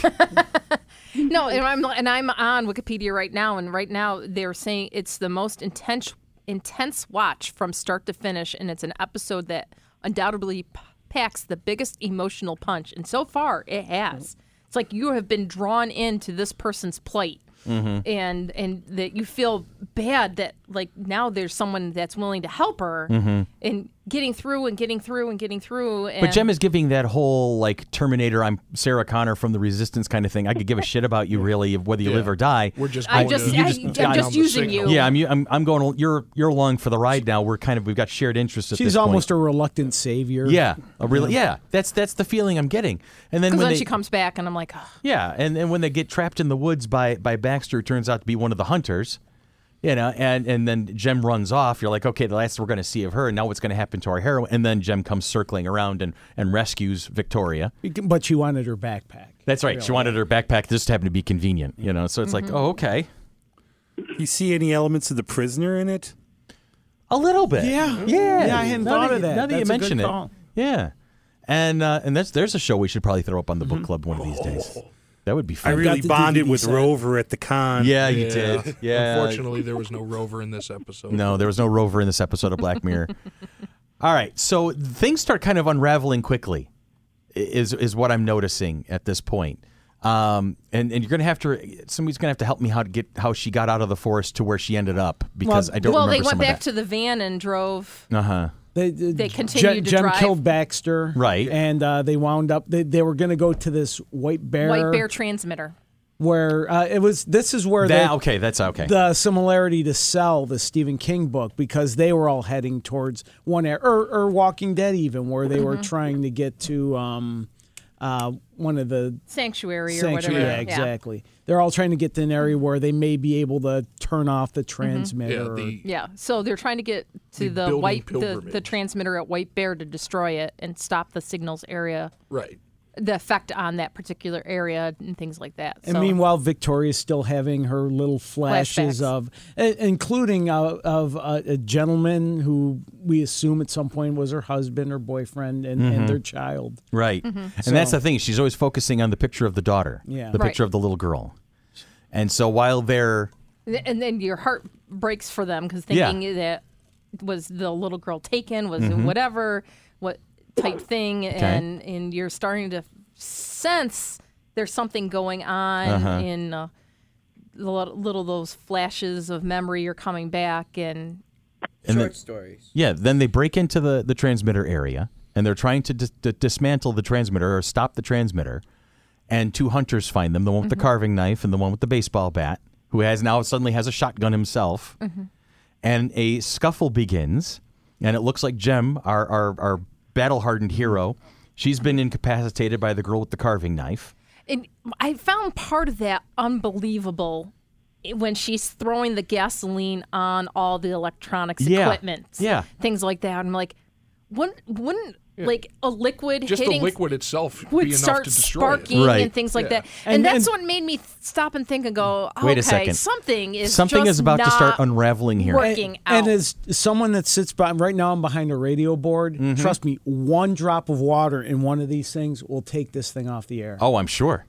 Speaker 2: No, and I'm and I'm on Wikipedia right now, and right now they're saying it's the most intense intense watch from start to finish, and it's an episode that undoubtedly p- packs the biggest emotional punch, and so far it has. It's like you have been drawn into this person's plight,
Speaker 1: Mm-hmm.
Speaker 2: and and that you feel bad that like now there's someone that's willing to help her, and getting through and getting through and getting through. And
Speaker 1: Mm-hmm. But Jem is giving that whole like Terminator, I'm Sarah Connor from the Resistance kind of thing. I could give a shit about you really, whether you live or die.
Speaker 4: We're just
Speaker 2: I
Speaker 4: going
Speaker 2: just,
Speaker 4: to-
Speaker 1: you
Speaker 2: I,
Speaker 1: just-
Speaker 2: I'm
Speaker 1: yeah, I
Speaker 2: just
Speaker 1: know.
Speaker 2: using
Speaker 4: Signal.
Speaker 2: you.
Speaker 1: yeah, I'm, I'm I'm going. You're you're along for the ride now. We're kind of we've got shared interests. At
Speaker 7: She's
Speaker 1: this point.
Speaker 7: almost a reluctant savior.
Speaker 1: yeah, a really yeah. That's that's the feeling I'm getting. And then
Speaker 2: Because
Speaker 1: when
Speaker 2: then
Speaker 1: they,
Speaker 2: she comes back, and I'm like, oh,
Speaker 1: Yeah, and, and when they get trapped in the woods by by Baxter, who turns out to be one of the hunters, you know, and and then Jem runs off. You're like, okay, the last we're going to see of her, and now what's going to happen to our hero? And then Jem comes circling around and and rescues Victoria.
Speaker 7: But she wanted her backpack.
Speaker 1: That's right. She wanted her backpack. This happened to be convenient, you know. So it's
Speaker 7: Mm-hmm.
Speaker 1: like, oh, okay,
Speaker 5: You see any elements of the prisoner in it?
Speaker 1: a little bit.
Speaker 7: Yeah.
Speaker 1: yeah,
Speaker 7: Yeah, I hadn't
Speaker 1: Now
Speaker 7: thought
Speaker 1: that
Speaker 7: of
Speaker 1: you-
Speaker 7: that.
Speaker 1: Now that you
Speaker 7: That's a good
Speaker 1: mention it,
Speaker 7: call.
Speaker 1: yeah, and uh, and that's there's a show we should probably throw up on the
Speaker 7: Mm-hmm.
Speaker 1: book club one of these days. That would be
Speaker 5: I
Speaker 1: fun.
Speaker 5: really
Speaker 7: the
Speaker 5: bonded
Speaker 7: DVD
Speaker 5: with
Speaker 7: set.
Speaker 5: Rover at the con.
Speaker 1: yeah, you did. Yeah,
Speaker 4: Unfortunately, there was no rover in this episode.
Speaker 1: No, there was no rover in this episode of Black Mirror. All right, so things start kind of unraveling quickly, i- is is what I'm noticing at this point. Um, and, and you're gonna have to somebody's gonna have to help me how to get how she got out of the forest to where she ended up because I don't
Speaker 2: well, they
Speaker 1: remember
Speaker 2: went
Speaker 1: some
Speaker 2: back
Speaker 1: of
Speaker 2: to the van and drove.
Speaker 1: that. Uh huh.
Speaker 7: They, they
Speaker 2: continued
Speaker 7: Jem,
Speaker 2: to
Speaker 7: Jem
Speaker 2: drive.
Speaker 7: killed Baxter.
Speaker 1: Right.
Speaker 7: And uh, they wound up, they, they were going to go to this white bear.
Speaker 2: White bear transmitter.
Speaker 7: Where uh, it was, this is where
Speaker 1: That
Speaker 7: they,
Speaker 1: okay, that's okay.
Speaker 7: the similarity to Cell, the Stephen King book, because they were all heading towards one air, or, or Walking Dead, even where they
Speaker 2: Mm-hmm.
Speaker 7: were trying to get to um, uh, one of the
Speaker 2: Sanctuary or
Speaker 7: sanctuary.
Speaker 2: whatever.
Speaker 7: Yeah, exactly. They're all trying to get to an area where they may be able to turn off
Speaker 2: Mm-hmm.
Speaker 7: the transmitter.
Speaker 4: Yeah,
Speaker 7: or-
Speaker 4: Uh, the
Speaker 2: Yeah. So they're trying to get to
Speaker 4: The
Speaker 2: the,
Speaker 4: building
Speaker 2: white the, the
Speaker 4: pilgrimage.
Speaker 2: transmitter at White Bear to destroy it and stop the signals area,
Speaker 4: right.
Speaker 2: the effect on that particular area and things like that. So,
Speaker 7: And meanwhile, Victoria's still having her little flashes
Speaker 2: Flashbacks.
Speaker 7: of, i- including uh, of uh, a gentleman who we assume at some point was her husband or boyfriend and,
Speaker 1: Mm-hmm.
Speaker 7: and their child.
Speaker 1: Right.
Speaker 2: Mm-hmm.
Speaker 1: And that's the thing. She's always focusing on the picture of the daughter.
Speaker 7: Yeah.
Speaker 1: The
Speaker 2: Right.
Speaker 1: picture of the little girl. And so while they're
Speaker 2: and then your heart breaks for them because
Speaker 1: Yeah.
Speaker 2: thinking that was the little girl taken was whatever what type thing and and you're starting to sense there's something going on in uh, the little, little those flashes of memory are coming back and
Speaker 1: and
Speaker 3: Short
Speaker 1: the-
Speaker 3: stories.
Speaker 1: Yeah, then they break into the, the transmitter area and they're trying to dis- d- dismantle the transmitter or stop the transmitter. And two hunters find them the one with the carving knife and the one with the baseball bat, who has now suddenly has a shotgun himself. And a scuffle begins. And it looks like Jem, our, our, our battle hardened hero, she's been incapacitated by the girl with the carving knife.
Speaker 2: and I found part of that unbelievable when she's throwing the gasoline on all the electronics
Speaker 1: Yeah.
Speaker 2: equipment,
Speaker 1: Yeah.
Speaker 2: things like that. I'm like, wouldn't wouldn't like a liquid
Speaker 4: Just
Speaker 2: hitting
Speaker 4: the liquid itself
Speaker 2: would
Speaker 4: be enough
Speaker 2: start
Speaker 4: to destroy it.
Speaker 2: sparking
Speaker 1: Right.
Speaker 2: and things like that. And,
Speaker 7: And-
Speaker 2: that's
Speaker 7: and-
Speaker 2: what made me th- stop and think and go, okay,
Speaker 1: Wait a second.
Speaker 2: something is
Speaker 1: Something
Speaker 2: just
Speaker 1: is about to start
Speaker 2: not
Speaker 1: unraveling here.
Speaker 2: working. out.
Speaker 7: And, and as someone that sits by right now, I'm behind a radio board.
Speaker 1: Mm-hmm.
Speaker 7: Trust me, one drop of water in one of these things will take this thing off the air.
Speaker 1: Oh, I'm sure.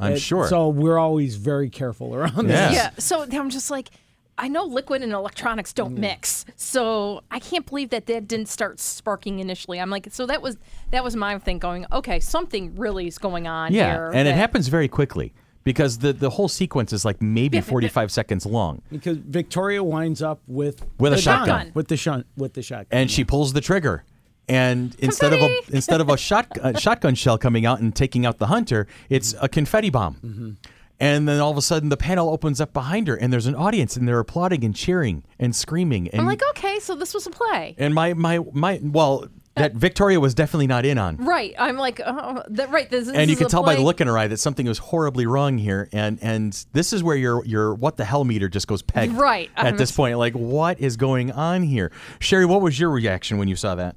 Speaker 1: I'm
Speaker 7: It-
Speaker 1: sure.
Speaker 7: So we're always very careful around
Speaker 1: Yeah.
Speaker 7: this.
Speaker 2: Yeah. So I'm just like, I know liquid and electronics don't
Speaker 1: Mm.
Speaker 2: mix. So I can't believe that that didn't start sparking initially. I'm like, so that was that was my thing going, okay, something really is going on
Speaker 1: Yeah,
Speaker 2: here.
Speaker 1: and it
Speaker 2: that-
Speaker 1: happens very quickly because the the whole sequence is like maybe 45 seconds long.
Speaker 7: Because Victoria winds up with
Speaker 1: With a
Speaker 7: the
Speaker 1: shotgun.
Speaker 7: with the shun, with the shotgun,
Speaker 1: And she pulls the trigger. And instead of a
Speaker 2: Confetti!
Speaker 1: instead of a shot, uh, shotgun shell coming out and taking out the hunter, it's
Speaker 2: Mm-hmm.
Speaker 1: a confetti bomb. And then all of a sudden, the panel opens up behind her, and there's an audience, and they're applauding and cheering and screaming. And
Speaker 2: I'm like, oh. okay, so this was a play.
Speaker 1: and my my my well,
Speaker 2: Uh,
Speaker 1: that Victoria was definitely not in on.
Speaker 2: Right. I'm like, oh, that, right. This, this
Speaker 1: and you
Speaker 2: is
Speaker 1: can
Speaker 2: a
Speaker 1: tell by the
Speaker 2: play.
Speaker 1: look in her eye that something was horribly wrong here and and this is where your your what the hell meter just goes pegged
Speaker 2: Right.
Speaker 1: at
Speaker 2: I'm-
Speaker 1: this point like what is going on here sherry what was your reaction when you saw that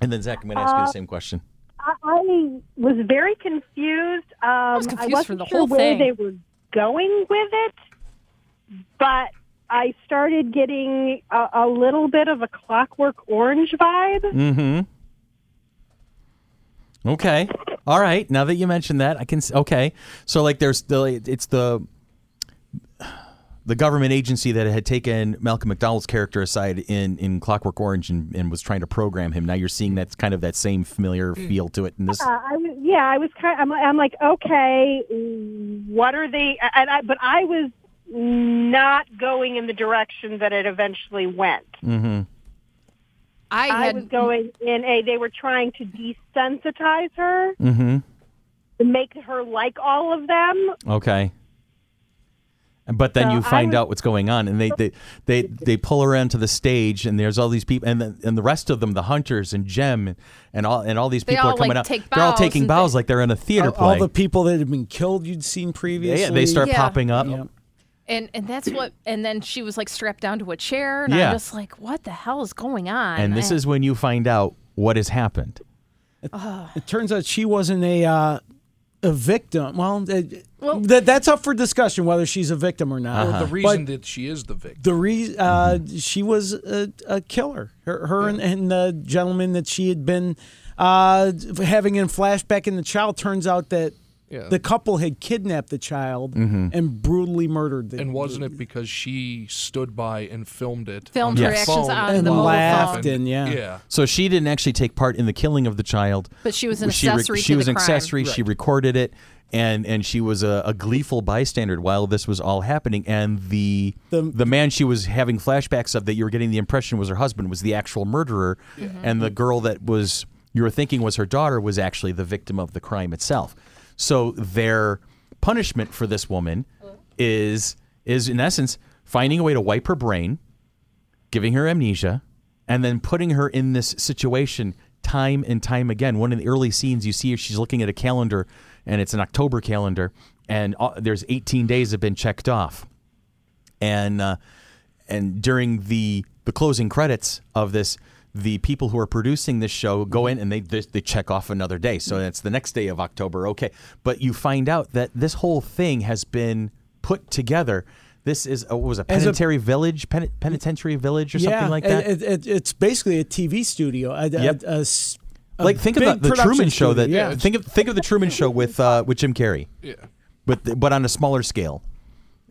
Speaker 1: and then zach i'm going to ask
Speaker 2: Uh,
Speaker 1: you the same question
Speaker 6: I, I was very confused. Um, I
Speaker 2: confused
Speaker 6: wasn't
Speaker 2: for the
Speaker 6: sure
Speaker 2: whole
Speaker 6: where
Speaker 2: thing.
Speaker 6: they were going with it, but I started getting a, a little bit of a Clockwork Orange vibe.
Speaker 1: Okay. All right. Now that you mentioned that, I can. s- Okay. So like, there's the it's the the government agency that had taken Malcolm McDowell's character aside in in Clockwork Orange and, and was trying to program him. Now you're seeing that's kind of that same familiar
Speaker 2: Mm.
Speaker 1: feel to it in this.
Speaker 6: Uh, I was, yeah, I was kind. I'm, I'm like, okay, what are they? And I, but I was not going in the direction that it eventually went.
Speaker 2: I
Speaker 6: I
Speaker 2: had
Speaker 6: was going in a. They were trying to desensitize her, to make her like all of them.
Speaker 1: Okay. But then
Speaker 6: So
Speaker 1: you
Speaker 6: I
Speaker 1: find
Speaker 6: was-
Speaker 1: out what's going on, and they, they they they pull her onto the stage, and there's all these people, and the, and the rest of them, the hunters and Jem, and all and all these
Speaker 2: They
Speaker 1: people
Speaker 2: all,
Speaker 1: are coming
Speaker 2: like,
Speaker 1: out.
Speaker 2: take
Speaker 1: they're all
Speaker 2: bows
Speaker 1: taking
Speaker 2: and
Speaker 1: bows
Speaker 2: things.
Speaker 1: like they're in a theater
Speaker 7: all, all
Speaker 1: play.
Speaker 7: the people that had been killed you'd seen previously.
Speaker 1: yeah, they start
Speaker 2: Yeah.
Speaker 1: popping up.
Speaker 7: Yep.
Speaker 2: and and that's what and then she was like strapped down to a chair and
Speaker 1: Yeah.
Speaker 2: I'm just like what the hell is going on?
Speaker 1: And this
Speaker 2: I-
Speaker 1: is when you find out what has happened.
Speaker 7: It turns out she wasn't a uh, a victim. Well, uh,
Speaker 2: Well-
Speaker 7: that that's up for discussion whether she's a victim or not.
Speaker 1: Uh-huh.
Speaker 4: The reason that she is the victim.
Speaker 7: The re- uh,
Speaker 1: Mm-hmm.
Speaker 7: she was a, a killer. Her, her and, and the gentleman that she had been uh, having in flashback in the child turns out that
Speaker 4: Yeah.
Speaker 7: the couple had kidnapped the child
Speaker 1: Mm-hmm.
Speaker 7: and brutally murdered the
Speaker 4: And wasn't it because she stood by and filmed it?
Speaker 2: Filmed
Speaker 4: on
Speaker 1: her
Speaker 4: her
Speaker 2: actions
Speaker 4: phone
Speaker 2: on
Speaker 7: And
Speaker 2: the mobile
Speaker 7: laughed
Speaker 2: phone.
Speaker 7: and yeah.
Speaker 4: Yeah.
Speaker 1: So she didn't actually take part in the killing of the child.
Speaker 2: But she was an
Speaker 1: re-
Speaker 2: accessory
Speaker 1: She,
Speaker 2: to
Speaker 1: was
Speaker 2: the
Speaker 1: an
Speaker 2: crime.
Speaker 1: accessory. She recorded it, and and she was a, a gleeful bystander while this was all happening. And the, the
Speaker 7: The-
Speaker 1: man she was having flashbacks of that you were getting the impression was her husband was the actual murderer,
Speaker 2: Mm-hmm.
Speaker 1: and the girl that was you were thinking was her daughter was actually the victim of the crime itself. So their punishment for this woman
Speaker 2: Uh.
Speaker 1: is is in essence finding a way to wipe her brain giving her amnesia, and then putting her in this situation time and time again. One of the early scenes you see her, she's looking at a calendar, and it's an October calendar, and uh, there's 18 days have been checked off, and uh, and during the the closing credits of this. The people who are producing this show
Speaker 7: Mm-hmm.
Speaker 1: go in and they, they they check off another day, so that's the next day of October. Okay, but you find out that this whole thing has been put together. This is a, what was a
Speaker 7: As a-
Speaker 1: penitentiary village, pen, penitentiary village, or something like
Speaker 7: it-
Speaker 1: that.
Speaker 7: It, it, it's basically a TV studio. A, a-
Speaker 1: Yep.
Speaker 7: a s- a
Speaker 1: like think
Speaker 7: big
Speaker 1: about the
Speaker 7: production
Speaker 1: Truman Show.
Speaker 7: studio,
Speaker 1: That
Speaker 7: yeah.
Speaker 1: think of think of the Truman Show with uh, with Jim Carrey,
Speaker 4: Yeah.
Speaker 1: but but on a smaller scale,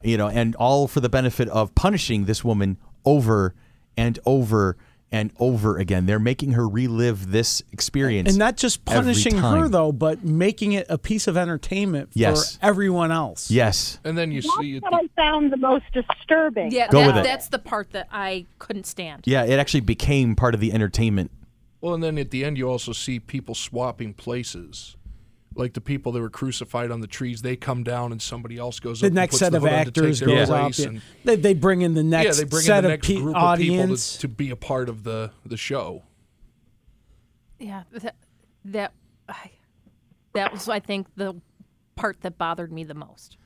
Speaker 1: you know, and all for the benefit of punishing this woman over and over and over again. They're making her relive this experience,
Speaker 7: and not just
Speaker 1: every
Speaker 7: punishing her
Speaker 1: time.
Speaker 7: though, but making it a piece of entertainment
Speaker 1: Yes.
Speaker 7: for everyone else.
Speaker 1: Yes,
Speaker 4: And then you see
Speaker 6: That's
Speaker 4: it.
Speaker 6: what I found the most disturbing.
Speaker 2: Yeah,
Speaker 1: Go
Speaker 2: that,
Speaker 1: with it.
Speaker 2: that's the part that I couldn't stand.
Speaker 1: yeah, it actually became part of the entertainment.
Speaker 4: Well, and then at the end, you also see people swapping places. Like the people that were crucified on the trees, they come down and somebody else goes
Speaker 7: The
Speaker 4: up
Speaker 7: next
Speaker 4: and puts
Speaker 7: set
Speaker 4: the
Speaker 7: of
Speaker 4: hood on to take
Speaker 7: actors
Speaker 4: their
Speaker 7: goes up.
Speaker 4: place
Speaker 7: yeah.
Speaker 4: and-
Speaker 7: They, they bring in the next
Speaker 4: yeah, they bring in
Speaker 7: set
Speaker 4: the
Speaker 7: of
Speaker 4: next
Speaker 7: pe-
Speaker 4: group
Speaker 7: audience.
Speaker 4: of people to, to be a part of the, the show.
Speaker 2: Yeah, that that, I, that was I think the part that bothered me the most.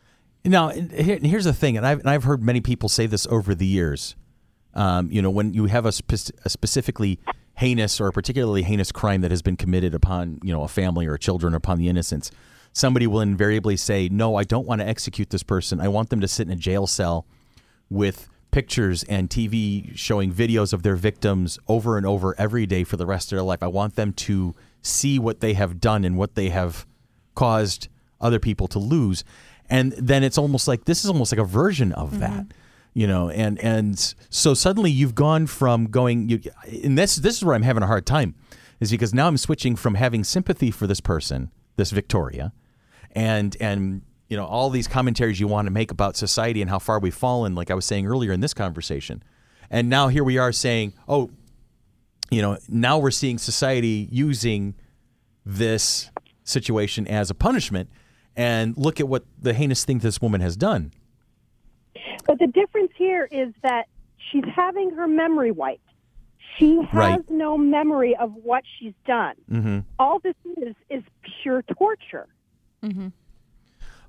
Speaker 1: Now, and here- and here's the thing, and I've, and I've heard many people say this over the years. Um, you know, when you have a, spec- a specifically heinous or a particularly heinous crime that has been committed upon, you know, a family or children or upon the innocents, somebody will invariably say, "No, I don't want to execute this person. I want them to sit in a jail cell with pictures and TV showing videos of their victims over and over every day for the rest of their life. I want them to see what they have done and what they have caused other people to lose. And then it's almost like this is almost like a version of that. You know, and and so suddenly you've gone from going you and this this is where I'm having a hard time is because now I'm switching from having sympathy for this person, this Victoria, and and you know all these commentaries you want to make about society and how far we've fallen like i was saying earlier in this conversation and now here we are saying oh you know now we're seeing society using this situation as a punishment and look at what the heinous thing this woman has done
Speaker 6: But the difference here is that she's having her memory wiped. She has
Speaker 1: Right.
Speaker 6: no memory of what she's done. All this is is pure torture.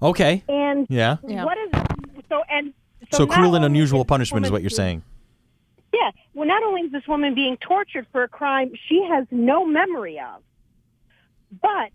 Speaker 1: okay
Speaker 6: And
Speaker 1: yeah
Speaker 2: Yeah.
Speaker 6: what is so and
Speaker 1: so
Speaker 6: not
Speaker 1: cruel and
Speaker 6: only
Speaker 1: unusual
Speaker 6: this
Speaker 1: punishment is
Speaker 6: woman
Speaker 1: what you're saying
Speaker 6: being- Yeah. Well, not only is this woman being tortured for a crime she has no memory of, but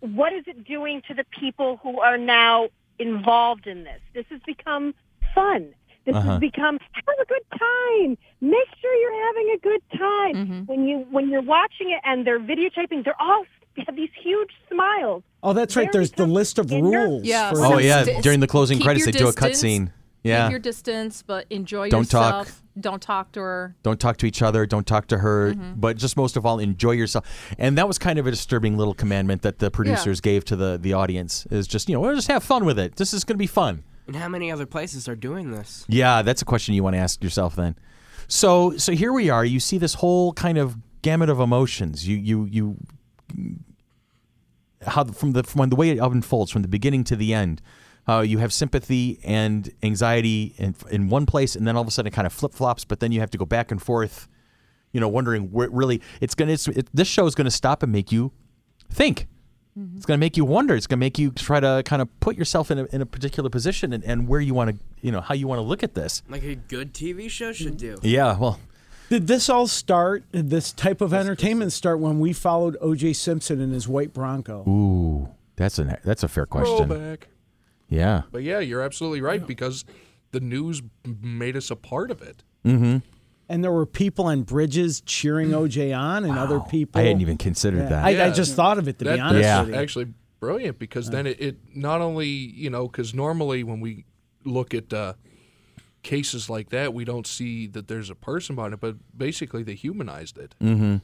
Speaker 6: what is it doing to the people who are now involved in this? This has become fun. This
Speaker 1: Uh-huh.
Speaker 6: has become have a good time. Make sure you're having a good time when you when you're watching it and they're videotaping. They're all they have these huge smiles.
Speaker 7: Oh, that's right.
Speaker 6: There
Speaker 7: There's the
Speaker 6: becomes
Speaker 7: list of
Speaker 6: a nerve-
Speaker 7: rules.
Speaker 2: Yeah,
Speaker 7: for-
Speaker 2: so
Speaker 1: Oh yeah,
Speaker 2: dis-
Speaker 1: during the closing
Speaker 2: keep
Speaker 1: credits, they
Speaker 2: your
Speaker 1: do a
Speaker 2: distance,
Speaker 1: cutscene. Yeah,
Speaker 2: Keep your distance, but enjoy
Speaker 1: Don't talk.
Speaker 2: yourself. Don't talk to her.
Speaker 1: don't talk to each other, don't talk to her, but just most of all, enjoy yourself. And that was kind of a disturbing little commandment that the producers gave to the the audience is just you know well, just have fun with it. This is going to be fun.
Speaker 3: And how many other places are doing this?
Speaker 1: Yeah, that's a question you want to ask yourself then. So so here we are. You see this whole kind of gamut of emotions. You you you how from the from the way it unfolds from the beginning to the end. How you have sympathy and anxiety in, in one place, and then all of a sudden it kind of flip flops. But then you have to go back and forth, you know, wondering where really it's gonna. It's, it, this show is gonna stop and make you think. It's going to make you wonder. It's going to make you try to kind of put yourself in a, in a particular position and, and where you want to, you know, how you want to look at this.
Speaker 3: Like a good TV show should do.
Speaker 1: Yeah, well,
Speaker 7: Did this all start? Did this type of entertainment start when we followed O.J. Simpson and his white Bronco?
Speaker 1: ooh, that's a that's a fair question.
Speaker 7: Oh,
Speaker 4: Rollback.
Speaker 1: Yeah,
Speaker 4: But yeah, you're absolutely right because the news m- made us a part of it.
Speaker 7: And there were people on bridges cheering O.J. on, and other people.
Speaker 1: Mm. I hadn't even considered
Speaker 7: Yeah.
Speaker 1: that.
Speaker 7: I, I
Speaker 4: Yeah.
Speaker 7: just thought of it to
Speaker 4: That-
Speaker 7: be honest.
Speaker 1: Yeah.
Speaker 7: with
Speaker 4: That's
Speaker 7: you.
Speaker 4: actually brilliant because then it, it not only, you know, because normally when we look at uh, cases like that, we don't see that there's a person behind it, but basically they humanized it. Mm-hmm.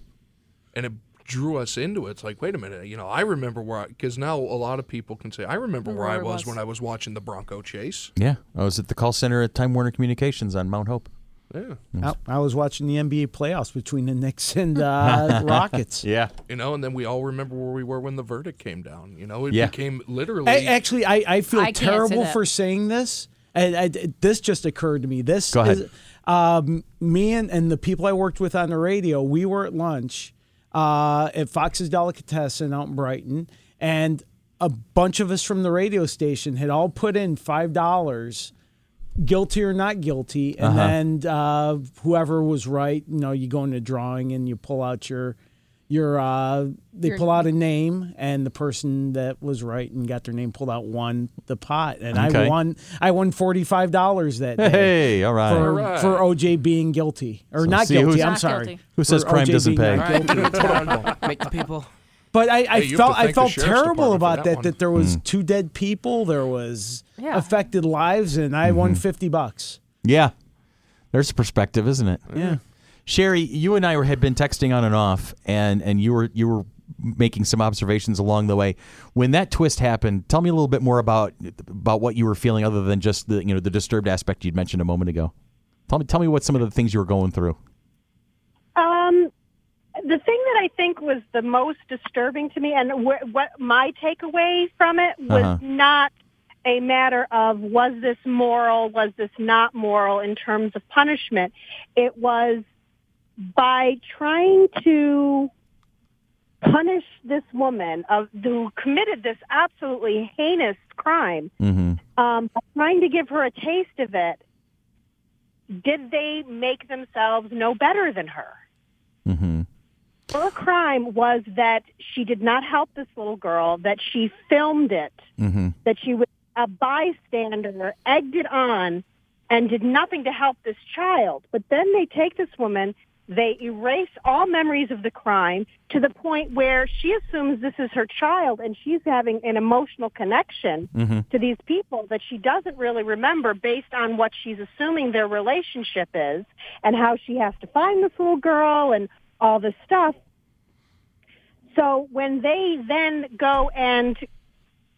Speaker 4: And it drew us into it. It's like, wait a minute, you know, I remember where, because now a lot of people can say, I remember where, I was when I was watching the Bronco chase.
Speaker 1: yeah, I was at the call center at Time Warner Communications on Mount Hope.
Speaker 4: Yeah.
Speaker 7: I, I was watching the NBA playoffs between the Knicks and uh, Rockets.
Speaker 1: Yeah,
Speaker 4: You know, and then we all remember where we were when the verdict came down. You know, it
Speaker 1: Yeah.
Speaker 4: became literally.
Speaker 7: I, actually, I, I feel
Speaker 2: I can't say
Speaker 7: terrible
Speaker 2: that.
Speaker 7: for saying this. And I, this just occurred to me. This
Speaker 1: Go ahead.
Speaker 7: is- um, me and, and the people I worked with on the radio, we were at lunch uh, at Fox's Delicatessen out in Brighton, and a bunch of us from the radio station had all put in five dollars, guilty or not guilty, and
Speaker 4: Uh-huh.
Speaker 7: then uh, whoever was right, you know, you go into drawing and you pull out your your uh, they
Speaker 2: Your-
Speaker 7: pull out a name, and the person that was right and got their name pulled out won the pot, and
Speaker 1: Okay.
Speaker 7: I won I won forty five dollars that day
Speaker 1: hey, all right.
Speaker 7: for,
Speaker 4: right.
Speaker 7: for OJ being guilty or not
Speaker 1: see who's-
Speaker 7: guilty. I'm
Speaker 2: Not
Speaker 7: sorry.
Speaker 2: guilty.
Speaker 1: Who says
Speaker 7: For
Speaker 1: crime
Speaker 7: OJ
Speaker 1: doesn't
Speaker 7: being
Speaker 1: pay?
Speaker 7: not
Speaker 3: All
Speaker 7: guilty.
Speaker 3: right, put it down. Make the people.
Speaker 7: But I, I
Speaker 4: Hey, you have
Speaker 7: felt
Speaker 4: to thank
Speaker 7: I
Speaker 4: the
Speaker 7: felt
Speaker 4: sheriff's department
Speaker 7: terrible
Speaker 4: for
Speaker 7: about
Speaker 4: that
Speaker 7: that. That,
Speaker 4: one. Hmm.
Speaker 7: there was two dead people. There was
Speaker 2: Yeah.
Speaker 7: affected lives, and I
Speaker 4: Mm-hmm.
Speaker 7: won fifty bucks.
Speaker 1: Yeah, there's a perspective, isn't it?
Speaker 7: Yeah.
Speaker 1: Sherry, you and I were, had been texting on and off, and and you were you were making some observations along the way. When that twist happened, tell me a little bit more about about what you were feeling, other than just the you know the disturbed aspect you'd mentioned a moment ago. Tell me tell me what some of the things you were going through.
Speaker 6: Um, the thing that I think was the most disturbing to me, and wh- what my takeaway from it was
Speaker 1: Uh-huh.
Speaker 6: not a matter of was this moral, was this not moral in terms of punishment. It was by trying to punish this woman of who committed this absolutely heinous crime
Speaker 1: Mm-hmm.
Speaker 6: um, trying to give her a taste of it, did they make themselves no better than her?
Speaker 1: Mm-hmm.
Speaker 6: Her crime was that she did not help this little girl, that she filmed it,
Speaker 1: Mm-hmm.
Speaker 6: that she was a bystander, egged it on, and did nothing to help this child. But then they take this woman, they erase all memories of the crime to the point where she assumes this is her child and she's having an emotional connection to these people that she doesn't really remember based on what she's assuming their relationship is and how she has to find this little girl and all this stuff. So when they then go and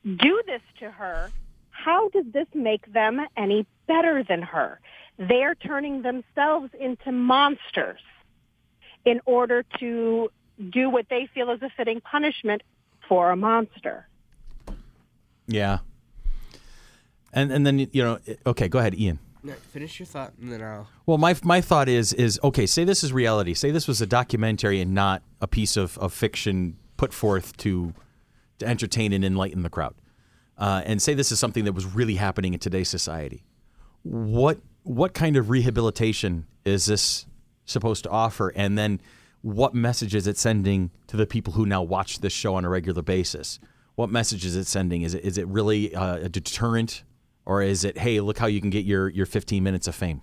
Speaker 6: do this to her, how does this make them any better than her? They're turning themselves into monsters in order to do what they feel is a fitting punishment for a monster.
Speaker 1: Yeah. And and then you know it- okay, go ahead, Ian.
Speaker 3: No, finish your thought and then I'll.
Speaker 1: Well, my my thought is is okay. Say this is reality. Say this was a documentary and not a piece of, of fiction put forth to to entertain and enlighten the crowd. Uh, and say this is something that was really happening in today's society. What what kind of rehabilitation is this supposed to offer? And then what message is it sending to the people who now watch this show on a regular basis? What message is it sending? Is it is it really uh, a deterrent or is it hey, look how you can get your your 15 minutes of fame?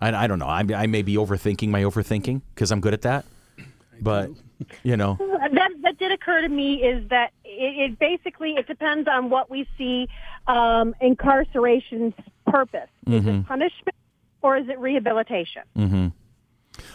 Speaker 1: I, I don't know. I, I may be overthinking my overthinking because I'm good at that, but you know,
Speaker 6: that that did occur to me is that it, it basically it depends on what we see um, incarceration's purpose. Is
Speaker 1: Mm-hmm.
Speaker 6: it punishment or is it rehabilitation?
Speaker 1: Mm,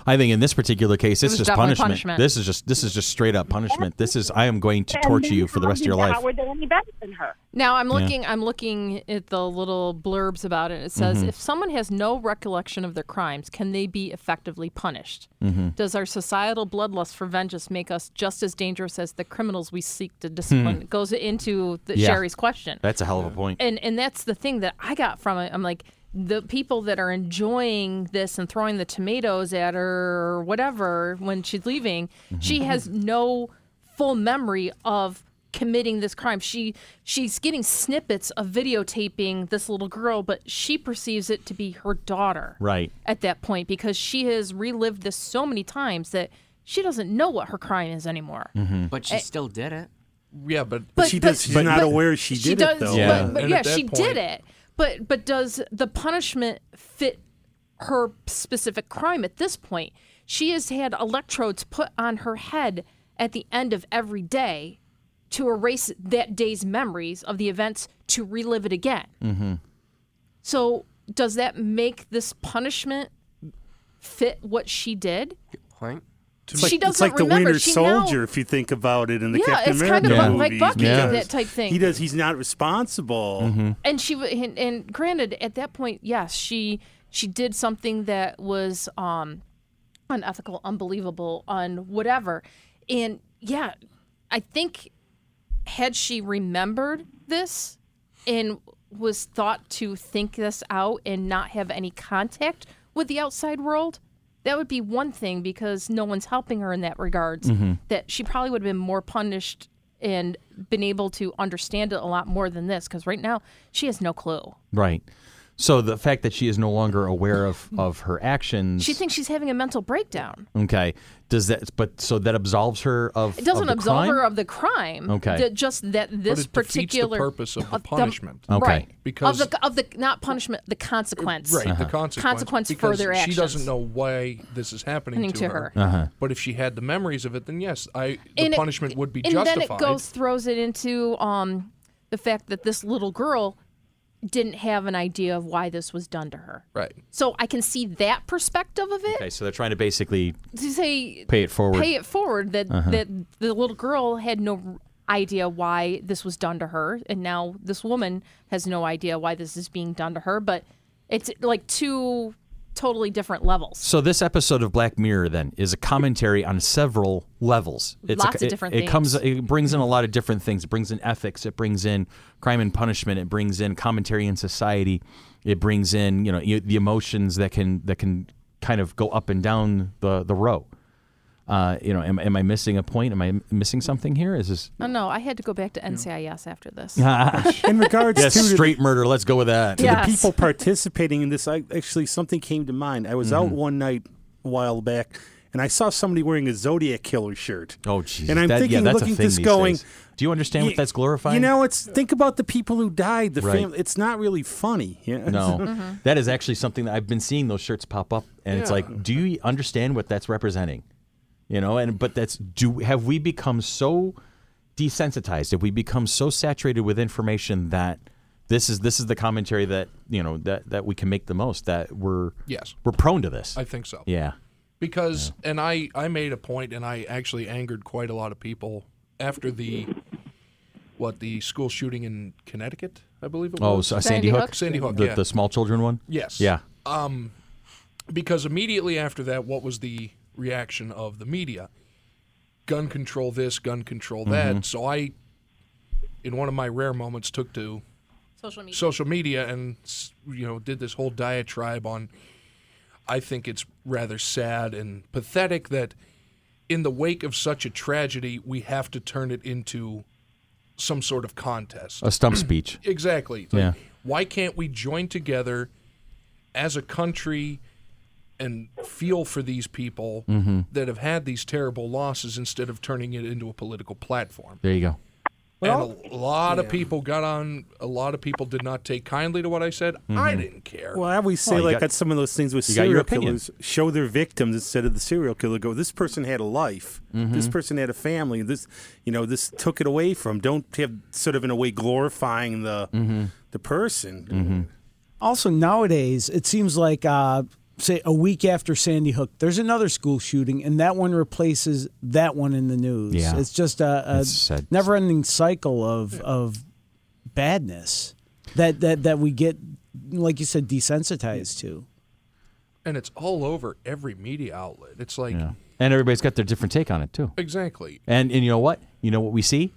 Speaker 1: I think in this particular case, it's
Speaker 2: was
Speaker 1: just
Speaker 2: definitely
Speaker 1: punishment.
Speaker 2: punishment.
Speaker 1: This is just this is just straight up punishment. This is I am going to
Speaker 6: And
Speaker 1: torture
Speaker 6: then
Speaker 1: you for the
Speaker 6: how
Speaker 1: rest of
Speaker 6: did-
Speaker 1: your life.
Speaker 6: How were they any better than her?
Speaker 2: Now I'm looking. I'm looking at the little blurbs about it. It says
Speaker 1: Mm-hmm.
Speaker 2: if someone has no recollection of their crimes, can they be effectively punished?
Speaker 1: Mm-hmm.
Speaker 2: Does our societal bloodlust for vengeance make us just as dangerous as the criminals we seek to discipline? It goes into the,
Speaker 1: Hmm. Yeah.
Speaker 2: Sherry's question.
Speaker 1: That's a hell of a point.
Speaker 2: and and that's the thing that I got from it. I'm like the people that are enjoying this and throwing the tomatoes at her or whatever when she's leaving, she has no full memory of committing this crime. She she's getting snippets of videotaping this little girl, but she perceives it to be her daughter.
Speaker 1: Right.
Speaker 2: At that point because she has relived this so many times that she doesn't know what her crime is anymore.
Speaker 1: Mm.
Speaker 3: But she still did it.
Speaker 4: Yeah, but,
Speaker 2: But
Speaker 5: She does. She's not
Speaker 2: but
Speaker 5: aware she did it though.
Speaker 2: but-
Speaker 1: Yeah.
Speaker 2: But,
Speaker 4: And at
Speaker 2: yeah,
Speaker 4: that
Speaker 2: she
Speaker 4: point-
Speaker 2: did it. But but does the punishment fit her specific crime at this point? She has had electrodes put on her head at the end of every day to erase that day's memories of the events to relive it again. So does that make this punishment fit what she did?
Speaker 3: Good point.
Speaker 6: She
Speaker 5: Like-
Speaker 6: doesn't
Speaker 5: it's like the
Speaker 2: remember.
Speaker 5: Winter
Speaker 2: She now-
Speaker 5: Soldier, if you think about it, in the
Speaker 2: Yeah,
Speaker 5: Captain
Speaker 2: it's kind
Speaker 5: America
Speaker 2: of
Speaker 1: like-
Speaker 2: like
Speaker 5: movies,
Speaker 2: Bucky,
Speaker 5: because
Speaker 2: that type thing.
Speaker 5: He does. He's not responsible.
Speaker 2: and she wa- and, and granted at that point yes she she did something that was um unethical unbelievable on whatever and yeah i think had she remembered this and was thought to think this out and not have any contact with the outside world that would be one thing because no one's helping her in that regards
Speaker 1: Mm-hmm.
Speaker 2: that she probably would have been more punished and been able to understand it a lot more than this because right now she has no clue
Speaker 1: Right. So the fact that she is no longer aware of of her actions.
Speaker 2: she thinks she's having a mental breakdown
Speaker 1: okay. Does that? But so that absolves her of.
Speaker 2: it doesn't
Speaker 1: of the
Speaker 2: absolve her
Speaker 1: crime?
Speaker 2: of the crime
Speaker 1: Okay.
Speaker 2: that just that this
Speaker 4: it defeats the
Speaker 2: particular
Speaker 4: purpose of the
Speaker 2: of
Speaker 4: punishment.
Speaker 1: Okay.
Speaker 2: right
Speaker 4: Because-
Speaker 2: of the of the not punishment the consequence
Speaker 4: right
Speaker 1: Uh-huh.
Speaker 4: the consequence.
Speaker 2: Consequence
Speaker 4: because
Speaker 2: further
Speaker 4: She doesn't
Speaker 2: actions.
Speaker 4: know why this is happening
Speaker 2: Happening
Speaker 4: to,
Speaker 2: to
Speaker 4: her.
Speaker 2: her.
Speaker 1: Uh-huh.
Speaker 4: But if she had the memories of it, then yes, I the
Speaker 2: And it-
Speaker 4: punishment would be
Speaker 2: and
Speaker 4: justified.
Speaker 2: then it goes throws it into um, the fact that this little girl didn't have an idea of why this was done to her.
Speaker 4: right.
Speaker 2: So I can see that perspective of it
Speaker 1: Okay, so they're trying to basically
Speaker 2: to say
Speaker 1: pay it forward.
Speaker 2: pay it forward that
Speaker 4: Uh-huh.
Speaker 2: that the little girl had no idea why this was done to her and now this woman has no idea why this is being done to her but it's like two totally different levels.
Speaker 1: So this episode of Black Mirror then is a commentary on several levels. It's
Speaker 2: Lots
Speaker 1: a,
Speaker 2: of different
Speaker 1: it, It
Speaker 2: themes.
Speaker 1: comes it brings in a lot of different things. It brings in ethics, it brings in crime and punishment, it brings in commentary in society. It brings in, you know, you, the emotions that can that can kind of go up and down the the row. Uh, you know, am, am I missing a point? Am I m- missing something here? Is this
Speaker 2: Oh no, I had to go back to NCIS after this.
Speaker 5: In regards
Speaker 1: yes,
Speaker 5: to the-
Speaker 1: straight murder? Let's go with that.
Speaker 2: Yeah.
Speaker 5: the
Speaker 2: Yes.
Speaker 5: people participating in this, I, actually, something came to mind. I was
Speaker 1: Mm-hmm.
Speaker 5: out one night a while back, and I saw somebody wearing a Zodiac killer shirt.
Speaker 1: Oh, jeez.
Speaker 5: And I'm
Speaker 1: That-
Speaker 5: thinking,
Speaker 1: yeah, that's
Speaker 5: looking
Speaker 1: a
Speaker 5: at
Speaker 1: thing
Speaker 5: this,
Speaker 1: these
Speaker 5: going.
Speaker 1: days. Do you understand
Speaker 5: "Ye-
Speaker 1: what that's glorifying?
Speaker 5: You know, it's think about the people who died. The
Speaker 1: Right.
Speaker 5: family. It's not really funny. Yeah.
Speaker 1: No, That is actually something that I've been seeing those shirts pop up, and it's
Speaker 4: Yeah.
Speaker 1: like, do you understand what that's representing? You know, and but that's do have we become so desensitized? Have we become so saturated with information that this is this is the commentary that you know that that we can make the most that we're
Speaker 4: Yes.
Speaker 1: we're prone to this.
Speaker 4: I think so.
Speaker 1: yeah,
Speaker 4: because and I I made a point and I actually angered quite a lot of people after the what the school shooting in Connecticut I believe it
Speaker 1: Oh,
Speaker 4: was
Speaker 1: so Sandy
Speaker 2: Sandy
Speaker 1: Hook?
Speaker 2: Hook?
Speaker 4: Sandy Hook
Speaker 1: the
Speaker 4: Oh, yeah
Speaker 1: the small children one.
Speaker 4: yes
Speaker 1: Yeah.
Speaker 4: because immediately after that what was the reaction of the media gun control this gun control that so I in one of my rare moments took to
Speaker 2: Social media.
Speaker 4: social media and s- you know did this whole diatribe on i think it's rather sad and pathetic that in the wake of such a tragedy we have to turn it into some sort of contest
Speaker 1: A stump speech.
Speaker 4: exactly It's
Speaker 1: Yeah.
Speaker 4: like, why can't we join together as a country and feel for these people
Speaker 1: Mm-hmm.
Speaker 4: that have had these terrible losses instead of turning it into a political platform
Speaker 1: There you go.
Speaker 7: Well,
Speaker 4: and a lot of people got on. A lot of people did not take kindly to what I said.
Speaker 1: Mm-hmm.
Speaker 4: I didn't care.
Speaker 5: Well, I always say
Speaker 1: Oh, you
Speaker 5: like
Speaker 1: got-
Speaker 5: that's some of those things with
Speaker 1: you got your
Speaker 5: serial
Speaker 1: opinion.
Speaker 5: killers show their victims instead of the serial killer. Go, this person had a life. This
Speaker 1: Mm-hmm.
Speaker 5: person had a family. This, you know, this took it away from. Don't have sort of in a way glorifying the
Speaker 1: Mm-hmm.
Speaker 5: the person.
Speaker 7: also nowadays it seems like uh, say a week after sandy hook there's another school shooting and that one replaces that one in the news
Speaker 1: Yeah.
Speaker 7: it's just a,
Speaker 1: It's
Speaker 7: a
Speaker 1: sad.
Speaker 7: never ending cycle of of badness that, that that we get like you said desensitized to
Speaker 4: and it's all over every media outlet. It's like
Speaker 1: Yeah. And everybody's got their different take on it too.
Speaker 4: exactly.
Speaker 1: And and you know what? You know what we see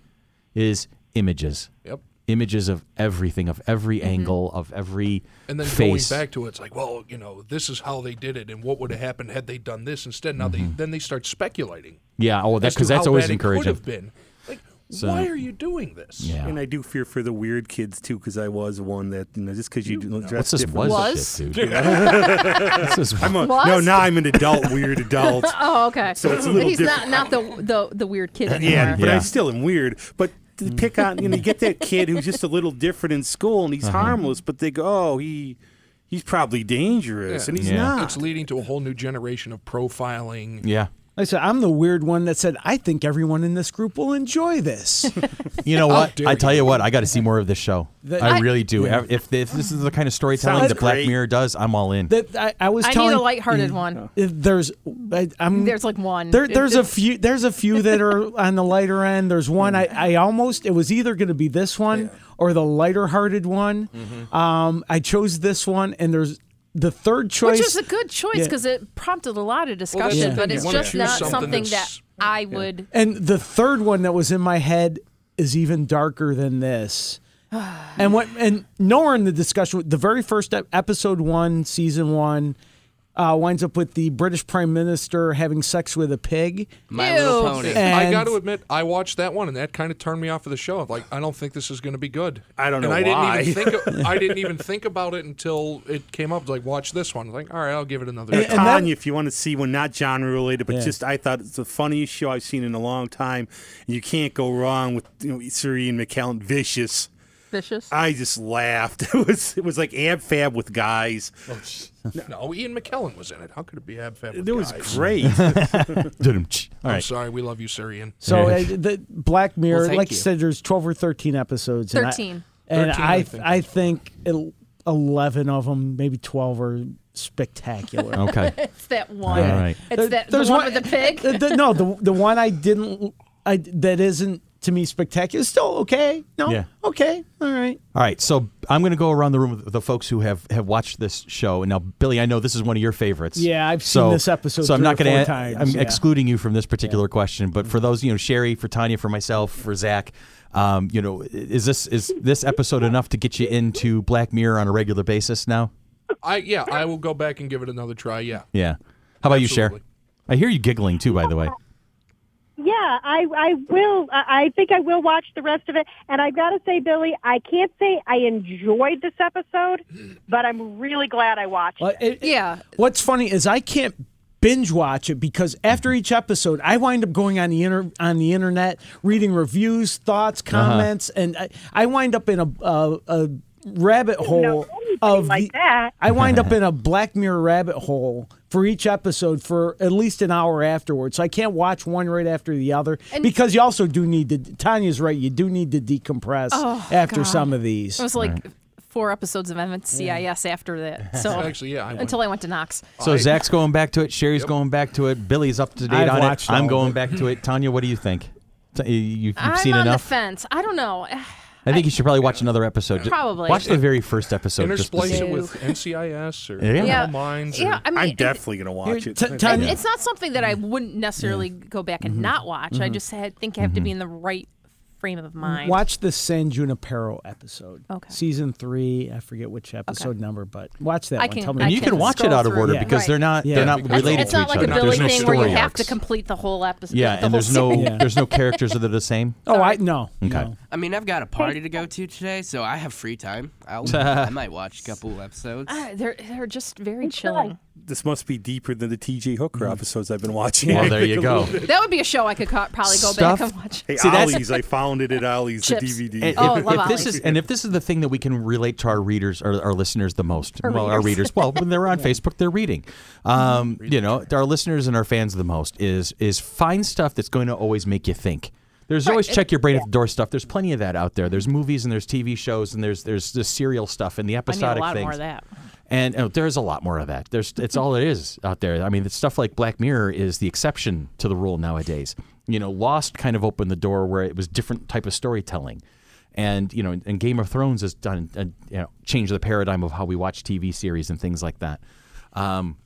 Speaker 1: is images.
Speaker 4: Yep.
Speaker 1: Images of everything, of every angle, of every
Speaker 4: Mm-hmm. And then
Speaker 1: face.
Speaker 4: going back to it, it's like, well, you know, this is how they did it, and what would have happened had they done this instead. Now
Speaker 1: Mm-hmm.
Speaker 4: they then they start speculating.
Speaker 1: yeah, oh,
Speaker 4: as
Speaker 1: that
Speaker 4: to
Speaker 1: because that's
Speaker 4: how
Speaker 1: always
Speaker 4: bad
Speaker 1: encouraging.
Speaker 4: It could have been. Like, why are you doing this?
Speaker 1: Yeah.
Speaker 5: And I do fear for the weird kids too, because I was one that you know, just because you, dress
Speaker 1: What's this
Speaker 5: differently-
Speaker 1: was,
Speaker 2: Was?
Speaker 1: shit, dude? What's this was?
Speaker 5: I'm a-
Speaker 2: Was?
Speaker 5: no, now I'm an adult, weird adult.
Speaker 2: Oh, okay.
Speaker 5: So it's a little
Speaker 2: He's not not the the the weird kid anymore.
Speaker 4: Uh-huh.
Speaker 5: Yeah, but
Speaker 1: Yeah.
Speaker 5: I still am weird. But to pick on, you know, you get that kid who's just a little different in school and he's
Speaker 1: Uh-huh.
Speaker 5: harmless, but they go, oh, he he's probably dangerous,
Speaker 4: Yeah.
Speaker 5: and he's
Speaker 1: Yeah.
Speaker 5: not.
Speaker 4: It's leading to a whole new generation of profiling.
Speaker 1: yeah.
Speaker 7: i said i'm the weird one that said i think everyone in this group will enjoy this
Speaker 1: You know what?
Speaker 4: dare
Speaker 1: I tell you what, I got to see more of this show.
Speaker 7: The-
Speaker 1: I
Speaker 7: I-
Speaker 1: really do. Ev- If, if this is the kind of storytelling
Speaker 5: Sounds
Speaker 1: that Black
Speaker 5: great.
Speaker 1: Mirror does, I'm all in.
Speaker 7: that i, I was
Speaker 2: I
Speaker 7: telling
Speaker 2: need a lighthearted one.
Speaker 7: if there's I, am
Speaker 2: There's like one.
Speaker 7: There,
Speaker 2: It-
Speaker 7: there's a
Speaker 2: it's-
Speaker 7: few. There's a few that are on the lighter end. There's one I, I almost. It was either going to be this one or the lighter-hearted one. Um, I chose this one, and there's the third choice.
Speaker 2: Which is a good choice
Speaker 7: Yeah.
Speaker 2: because it prompted a lot of
Speaker 4: Well, that's the
Speaker 2: discussion,
Speaker 4: thing,
Speaker 2: but
Speaker 4: you
Speaker 2: it's
Speaker 4: wanna
Speaker 2: just
Speaker 4: choose
Speaker 2: not
Speaker 4: something
Speaker 2: something that
Speaker 4: that's-
Speaker 2: I would.
Speaker 7: and the third one that was in my head is even darker than this. and what? And nowhere in the discussion, the very first ep- episode one, season one, uh, winds up with the British Prime Minister having sex with a pig.
Speaker 3: My Little
Speaker 2: Ew.
Speaker 3: Pony.
Speaker 7: And-
Speaker 4: I got to admit, I watched that one, and that kind of turned me off of the show. I'm like, I don't think this is going to be good.
Speaker 5: I don't
Speaker 4: and
Speaker 5: know
Speaker 4: I
Speaker 5: why.
Speaker 4: Didn't even think I didn't even think about it until it came up. Like, watch this one. like, all right, I'll give it another.
Speaker 7: And-
Speaker 4: shot.
Speaker 7: and that-
Speaker 5: Tanya, if you want to see one not genre related, but
Speaker 7: Yeah.
Speaker 5: just I thought it's the funniest show I've seen in a long time. And you can't go wrong with you know, Sir Ian McKellen, vicious.
Speaker 2: Vicious.
Speaker 5: I just laughed. It was it was like ab fab with guys.
Speaker 4: Oh, no, Ian McKellen was in it. How could it be Ab Fab?
Speaker 5: It
Speaker 4: with
Speaker 5: was
Speaker 4: guys?
Speaker 5: great.
Speaker 1: Dudum-tch. All
Speaker 4: I'm
Speaker 1: right.
Speaker 4: sorry, we love you, Sir Ian.
Speaker 7: So
Speaker 1: Yeah.
Speaker 7: uh, the Black Mirror,
Speaker 3: thank
Speaker 7: like you
Speaker 3: you.
Speaker 7: said, there's 12 or 13 episodes. and I-
Speaker 2: 13.
Speaker 7: And
Speaker 4: 13,
Speaker 7: I,
Speaker 4: I
Speaker 7: I
Speaker 4: think.
Speaker 7: think, I think el- 11 of them, maybe 12, are spectacular.
Speaker 1: Okay.
Speaker 2: It's that one.
Speaker 1: All right.
Speaker 2: It's that the one, with the pig.
Speaker 7: uh, the- no, the the one I didn't. I that isn't to me spectacular. It's Still okay. No.
Speaker 1: Yeah.
Speaker 7: Okay. All right.
Speaker 1: All right. So I'm going to go around the room with the folks who have, have watched this show. And now, Billy, I know this is one of your favorites.
Speaker 7: Yeah, I've
Speaker 1: so,
Speaker 7: seen this episode
Speaker 1: So I'm
Speaker 7: three
Speaker 1: not
Speaker 7: or
Speaker 1: gonna-
Speaker 7: four times,
Speaker 1: I'm
Speaker 7: yeah.
Speaker 1: excluding you from this particular question. But for those, you know, Sherry, for Tanya, for myself, for Zach, um, you know, is this is this episode enough to get you into Black Mirror on a regular basis now?
Speaker 4: I yeah, I will go back and give it another try. Yeah.
Speaker 1: Yeah. How about you, Cher?
Speaker 4: Absolutely.
Speaker 1: I hear you giggling too, by the way.
Speaker 6: Yeah, I I will. I I think I will watch the rest of it. And I've got to say, Billy, I can't say I enjoyed this episode, but I'm really glad I watched.
Speaker 7: Well,
Speaker 6: it.
Speaker 7: Uh, it- it-
Speaker 2: Yeah.
Speaker 7: What's funny is I can't binge watch it because after each episode, I wind up going on the inter- on the internet, reading reviews, thoughts,
Speaker 5: Uh-huh.
Speaker 7: comments, and I, I wind up in a a, a rabbit hole
Speaker 6: anything
Speaker 7: of
Speaker 6: like
Speaker 7: the-
Speaker 6: that.
Speaker 7: I wind up in a Black Mirror rabbit hole for each episode for at least an hour afterwards. So I can't watch one right after the other because you also do need to. Tanya's right. You do need to decompress
Speaker 6: Oh,
Speaker 7: after some of these.
Speaker 2: It was like four episodes of MNCIS after that. So
Speaker 4: Actually, yeah, I went-
Speaker 2: until I went to Knox.
Speaker 1: So Zach's going back to it. Sherry's going back to it. Billy's up to date
Speaker 7: I've
Speaker 1: on it.
Speaker 7: watched all
Speaker 1: I'm
Speaker 7: of
Speaker 1: going
Speaker 7: it.
Speaker 1: back to it. Tanya, what do you think? T- you- You've, you've
Speaker 2: I'm
Speaker 1: seen
Speaker 2: on
Speaker 1: enough.
Speaker 2: the fence. I don't know.
Speaker 1: I think you should probably watch another episode. Ju-
Speaker 2: Probably.
Speaker 1: watch the very first episode. just to
Speaker 4: Intersplice
Speaker 1: see.
Speaker 4: it with NCIS or
Speaker 1: Yeah.
Speaker 4: Criminal
Speaker 2: Yeah.
Speaker 4: Minds. or-
Speaker 2: Yeah. I mean,
Speaker 5: I'm
Speaker 2: it-
Speaker 5: definitely gonna watch
Speaker 7: T-
Speaker 5: it.
Speaker 2: And
Speaker 7: Tanya,
Speaker 2: it's not something that I wouldn't necessarily go back and not watch. I just had, think I have to be in the right frame of mind.
Speaker 7: Watch the San Junipero episode.
Speaker 2: Okay.
Speaker 7: Season three. I forget which episode number, but watch that
Speaker 2: I
Speaker 7: one.
Speaker 2: can-
Speaker 7: Tell me.
Speaker 1: And
Speaker 2: I
Speaker 1: you can
Speaker 2: can
Speaker 1: watch it
Speaker 2: scroll
Speaker 1: out of
Speaker 2: through.
Speaker 1: order
Speaker 7: Yeah.
Speaker 1: because they're not
Speaker 7: Yeah.
Speaker 1: they're not
Speaker 4: Because
Speaker 2: It's-
Speaker 1: related
Speaker 2: it's
Speaker 1: to
Speaker 2: not
Speaker 1: each
Speaker 2: like
Speaker 1: other.
Speaker 2: a Billy
Speaker 1: there's no
Speaker 2: thing
Speaker 1: story
Speaker 2: where you have
Speaker 1: arcs.
Speaker 2: to complete the whole episode.
Speaker 1: yeah,
Speaker 2: the
Speaker 1: and
Speaker 2: whole
Speaker 1: there's no
Speaker 2: series.
Speaker 1: there's no characters that are the same.
Speaker 7: oh, I no.
Speaker 1: Okay.
Speaker 7: no.
Speaker 3: I mean, I've got a party to go to today, so I have free time. I'll, I might watch a couple episodes.
Speaker 2: Ah, they're they're just very chilling.
Speaker 5: this must be deeper than the T.J. Hooker episodes I've been watching.
Speaker 1: Mm. Well, there you go.
Speaker 2: That would be a show I could co- probably go
Speaker 1: Stuff-
Speaker 2: back and watch.
Speaker 5: Hey,
Speaker 1: See, that's-
Speaker 5: Ollie's. I found it at Ollie's, the
Speaker 2: Chips.
Speaker 5: DVD.
Speaker 1: And
Speaker 2: Oh,
Speaker 1: if,
Speaker 2: love
Speaker 1: if this
Speaker 2: Ollie.
Speaker 1: is and if this is the thing that we can relate to our readers, our, our listeners the most, well, our readers, well, when they're on Facebook, they're reading. Um, you know, our listeners and our fans the most is is find stuff that's going to always make you think. There's always check your brain at the door stuff. There's plenty of that out there. There's movies and there's TV shows and there's there's the serial stuff and the
Speaker 2: I need a
Speaker 1: episodic
Speaker 2: lot
Speaker 1: things.
Speaker 2: more of that.
Speaker 1: And oh, there's a lot more of that. There's it's all it is out there. I mean, it's stuff like Black Mirror is the exception to the rule nowadays. You know, Lost kind of opened the door where it was different type of storytelling, and you know, and, and Game of Thrones has done and, you know changed the paradigm of how we watch TV series and things like that. Um,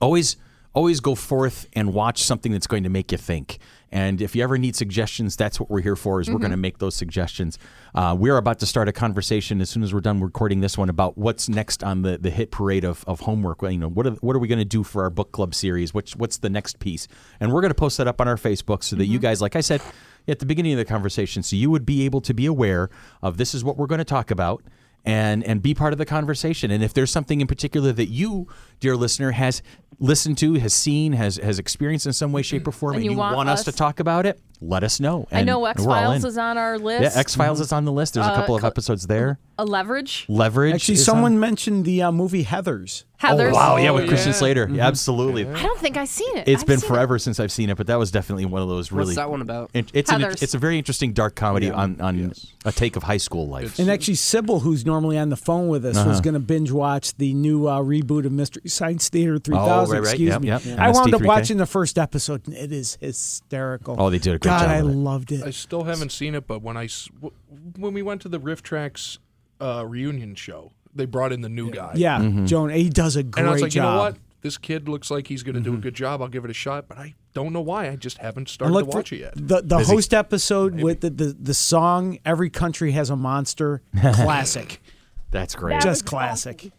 Speaker 1: always always go forth and watch something that's going to make you think and if you ever need suggestions that's what we're here for is we're going to make those suggestions uh, we're about to start a conversation as soon as we're done recording this one about what's next on the, the hit parade of, of homework Well, you know what are, what are we going to do for our book club series What's what's the next piece and we're going to post that up on our facebook so that you guys like i said at the beginning of the conversation so you would be able to be aware of this is what we're going to talk about and and be part of the conversation. And if there's something in particular that you, dear listener, has listened to, has seen, has has experienced in some way, shape, or form, and, you, want, us to talk about it, let us know.
Speaker 2: I
Speaker 1: And
Speaker 2: know
Speaker 1: we're all
Speaker 2: X Files
Speaker 1: in.
Speaker 2: is on Uh, our list.
Speaker 1: Yeah, X Files is on the list. There's a couple of episodes there.
Speaker 2: a leverage.
Speaker 1: Leverage.
Speaker 7: Actually,
Speaker 1: is
Speaker 7: someone
Speaker 1: on-
Speaker 7: mentioned the uh, movie Heather's.
Speaker 1: Oh
Speaker 2: Heather's.
Speaker 1: wow! Yeah, with
Speaker 4: Oh,
Speaker 1: Christian
Speaker 4: yeah.
Speaker 1: Slater.
Speaker 7: Mm-hmm.
Speaker 1: Yeah, absolutely.
Speaker 2: I don't think I've seen it.
Speaker 1: It's
Speaker 2: I've
Speaker 1: been
Speaker 2: seen
Speaker 1: forever since I've seen it, but that was definitely one of those really.
Speaker 3: What's that one about?
Speaker 1: It- It's an,
Speaker 2: Heathers.
Speaker 1: it's a very interesting dark comedy on, on a take of high school life.
Speaker 7: And actually, Sybil, who's normally on the phone with us,
Speaker 1: Uh-huh.
Speaker 7: was going to binge watch the new uh, reboot of Mystery Science Theater 3000.
Speaker 1: Oh, right, right.
Speaker 7: Excuse
Speaker 1: Yep,
Speaker 7: me.
Speaker 1: yep.
Speaker 7: I wound up
Speaker 1: MST3K.
Speaker 7: watching the first episode, and it is hysterical.
Speaker 1: Oh, they did a great
Speaker 7: God,
Speaker 1: job
Speaker 7: I
Speaker 1: with it.
Speaker 7: loved it.
Speaker 4: I still haven't seen it, but when I s- w- when we went to the Riff Tracks uh, reunion show, they brought in the new guy.
Speaker 7: yeah,
Speaker 1: Mm-hmm.
Speaker 7: Joan, he does a great
Speaker 4: and I was like,
Speaker 7: job. Mm-hmm.
Speaker 4: you know what? This kid looks like he's going to do a good job. I'll give it a shot, but I don't know why. I just haven't started
Speaker 7: And
Speaker 4: to
Speaker 7: look,
Speaker 4: watch
Speaker 7: for-
Speaker 4: it yet.
Speaker 7: the the host episode with the, the the song "Every Country Has a Monster" classic,
Speaker 1: That's great.
Speaker 6: That
Speaker 7: just
Speaker 6: was
Speaker 7: classic.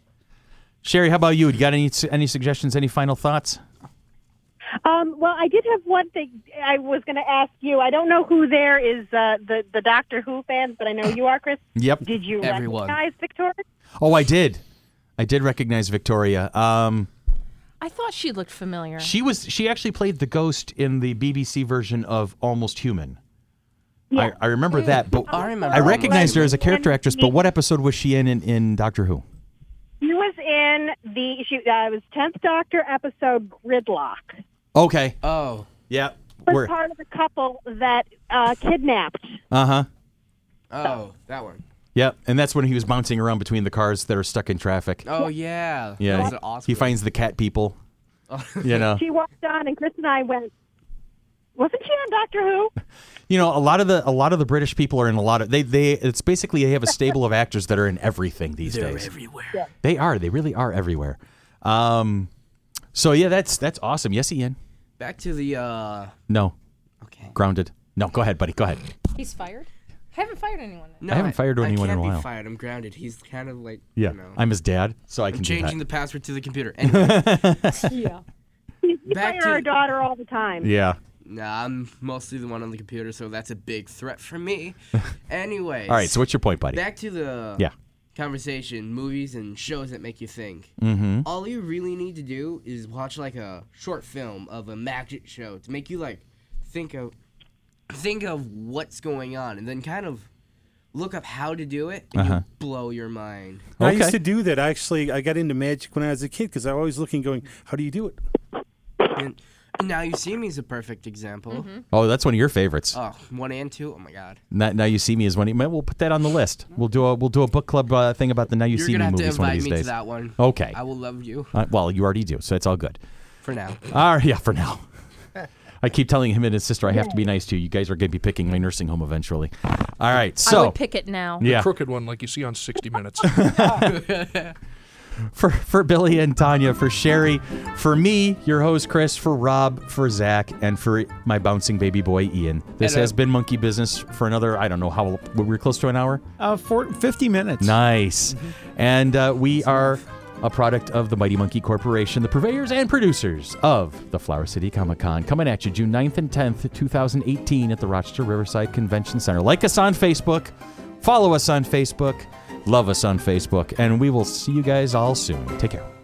Speaker 1: Sherry, how about you? You got any any suggestions? Any final thoughts?
Speaker 6: Um, well, I did have one thing I was going to ask you. I don't know who there is uh, the the Doctor Who fans, but I know you are, Chris.
Speaker 1: Yep.
Speaker 6: Did you
Speaker 3: Everyone.
Speaker 6: recognize Victoria?
Speaker 1: Oh, I did. I did recognize Victoria. Um,
Speaker 2: I thought she looked familiar.
Speaker 1: she was she actually played the ghost in the BBC version of Almost Human. I, I remember that, but
Speaker 3: I remember
Speaker 6: Oh,
Speaker 1: I recognized
Speaker 3: Almost
Speaker 1: her as a
Speaker 6: Human.
Speaker 1: character actress. But what episode was she in in, in Doctor Who?
Speaker 6: She was in the she uh, it was tenth Doctor episode Gridlock.
Speaker 1: Okay.
Speaker 3: Oh,
Speaker 1: Yeah.
Speaker 6: Was
Speaker 1: We're
Speaker 6: part of the couple that uh, kidnapped.
Speaker 1: uh huh.
Speaker 3: oh, that one.
Speaker 1: Yep. And that's when he was bouncing around between the cars that are stuck in traffic.
Speaker 3: Oh yeah.
Speaker 1: yeah.
Speaker 3: That was an
Speaker 1: he-
Speaker 3: awesome.
Speaker 1: He finds the cat people. You know.
Speaker 6: She walked on, and Chris and I went. Wasn't she on Doctor Who?
Speaker 1: You know, a lot of the a lot of the British people are in a lot of they they it's basically they have a stable of actors that are in everything these days.
Speaker 3: everywhere.
Speaker 1: They are. They really are everywhere. Um, so yeah, that's that's awesome. Yes, Ian.
Speaker 3: Back to the uh.
Speaker 1: No,
Speaker 3: Okay.
Speaker 1: grounded. No, go ahead, buddy. Go ahead.
Speaker 2: He's fired. I haven't fired anyone. yet.
Speaker 3: No,
Speaker 1: I haven't fired anyone
Speaker 3: I
Speaker 1: in a
Speaker 3: can't
Speaker 1: while.
Speaker 3: Be fired. I'm grounded. He's kind of like You know,
Speaker 1: I'm his dad, so I can do
Speaker 3: changing
Speaker 1: that.
Speaker 3: the password to the computer. Anyway,
Speaker 2: Yeah.
Speaker 6: We
Speaker 3: Back
Speaker 6: fire
Speaker 3: to-
Speaker 6: our daughter all the time.
Speaker 1: yeah.
Speaker 3: nah, I'm mostly the one on the computer, so that's a big threat for me. anyway.
Speaker 1: All right. So what's your point, buddy?
Speaker 3: back to the
Speaker 1: Yeah.
Speaker 3: conversation, movies and shows that make you think.
Speaker 1: Mm-hmm.
Speaker 3: All you really need to do is watch like a short film of a magic show to make you like think of think of what's going on and then kind of look up how to do it
Speaker 1: Uh-huh.
Speaker 3: and you blow your mind.
Speaker 5: I
Speaker 1: Okay.
Speaker 5: used to do that. I actually I got into magic when I was a kid because I was always looking, going, "How do you do it?"
Speaker 3: And now you see me is a perfect example.
Speaker 1: Oh, that's one of your favorites.
Speaker 3: Oh, one and two. Oh my god.
Speaker 1: now, now you see me as one. Of, Man, we'll put that on the list. We'll do a we'll do a book club uh, thing about the Now You
Speaker 3: You're
Speaker 1: See Me
Speaker 3: gonna have to
Speaker 1: movies one of these
Speaker 3: invite me
Speaker 1: days.
Speaker 3: to that one.
Speaker 1: Okay.
Speaker 3: I will love you
Speaker 1: Uh, well, you already do, so it's all good.
Speaker 3: for now.
Speaker 1: Ah, yeah, for now. I keep telling him and his sister I have to be nice to you. You guys are going to be picking my nursing home eventually. All right, so
Speaker 2: I would pick it now.
Speaker 1: yeah,
Speaker 4: Crooked one, like you see on 60 Minutes.
Speaker 1: for, for Billy and Tanya, for Sherry, for me, your host Chris, for Rob, for Zach, and for my bouncing baby boy Ian. This
Speaker 3: And, uh,
Speaker 1: has been Monkey Business for another, I don't know how, we were close to an hour?
Speaker 7: Uh, for 50 minutes.
Speaker 1: Nice. And uh, we are a product of the Mighty Monkey Corporation, the purveyors and producers of the Flower City Comic Con, coming at you June 9th and 10th, 2018, at the Rochester Riverside Convention Center. Like us on Facebook, follow us on Facebook, love us on Facebook, and we will see you guys all soon. Take care.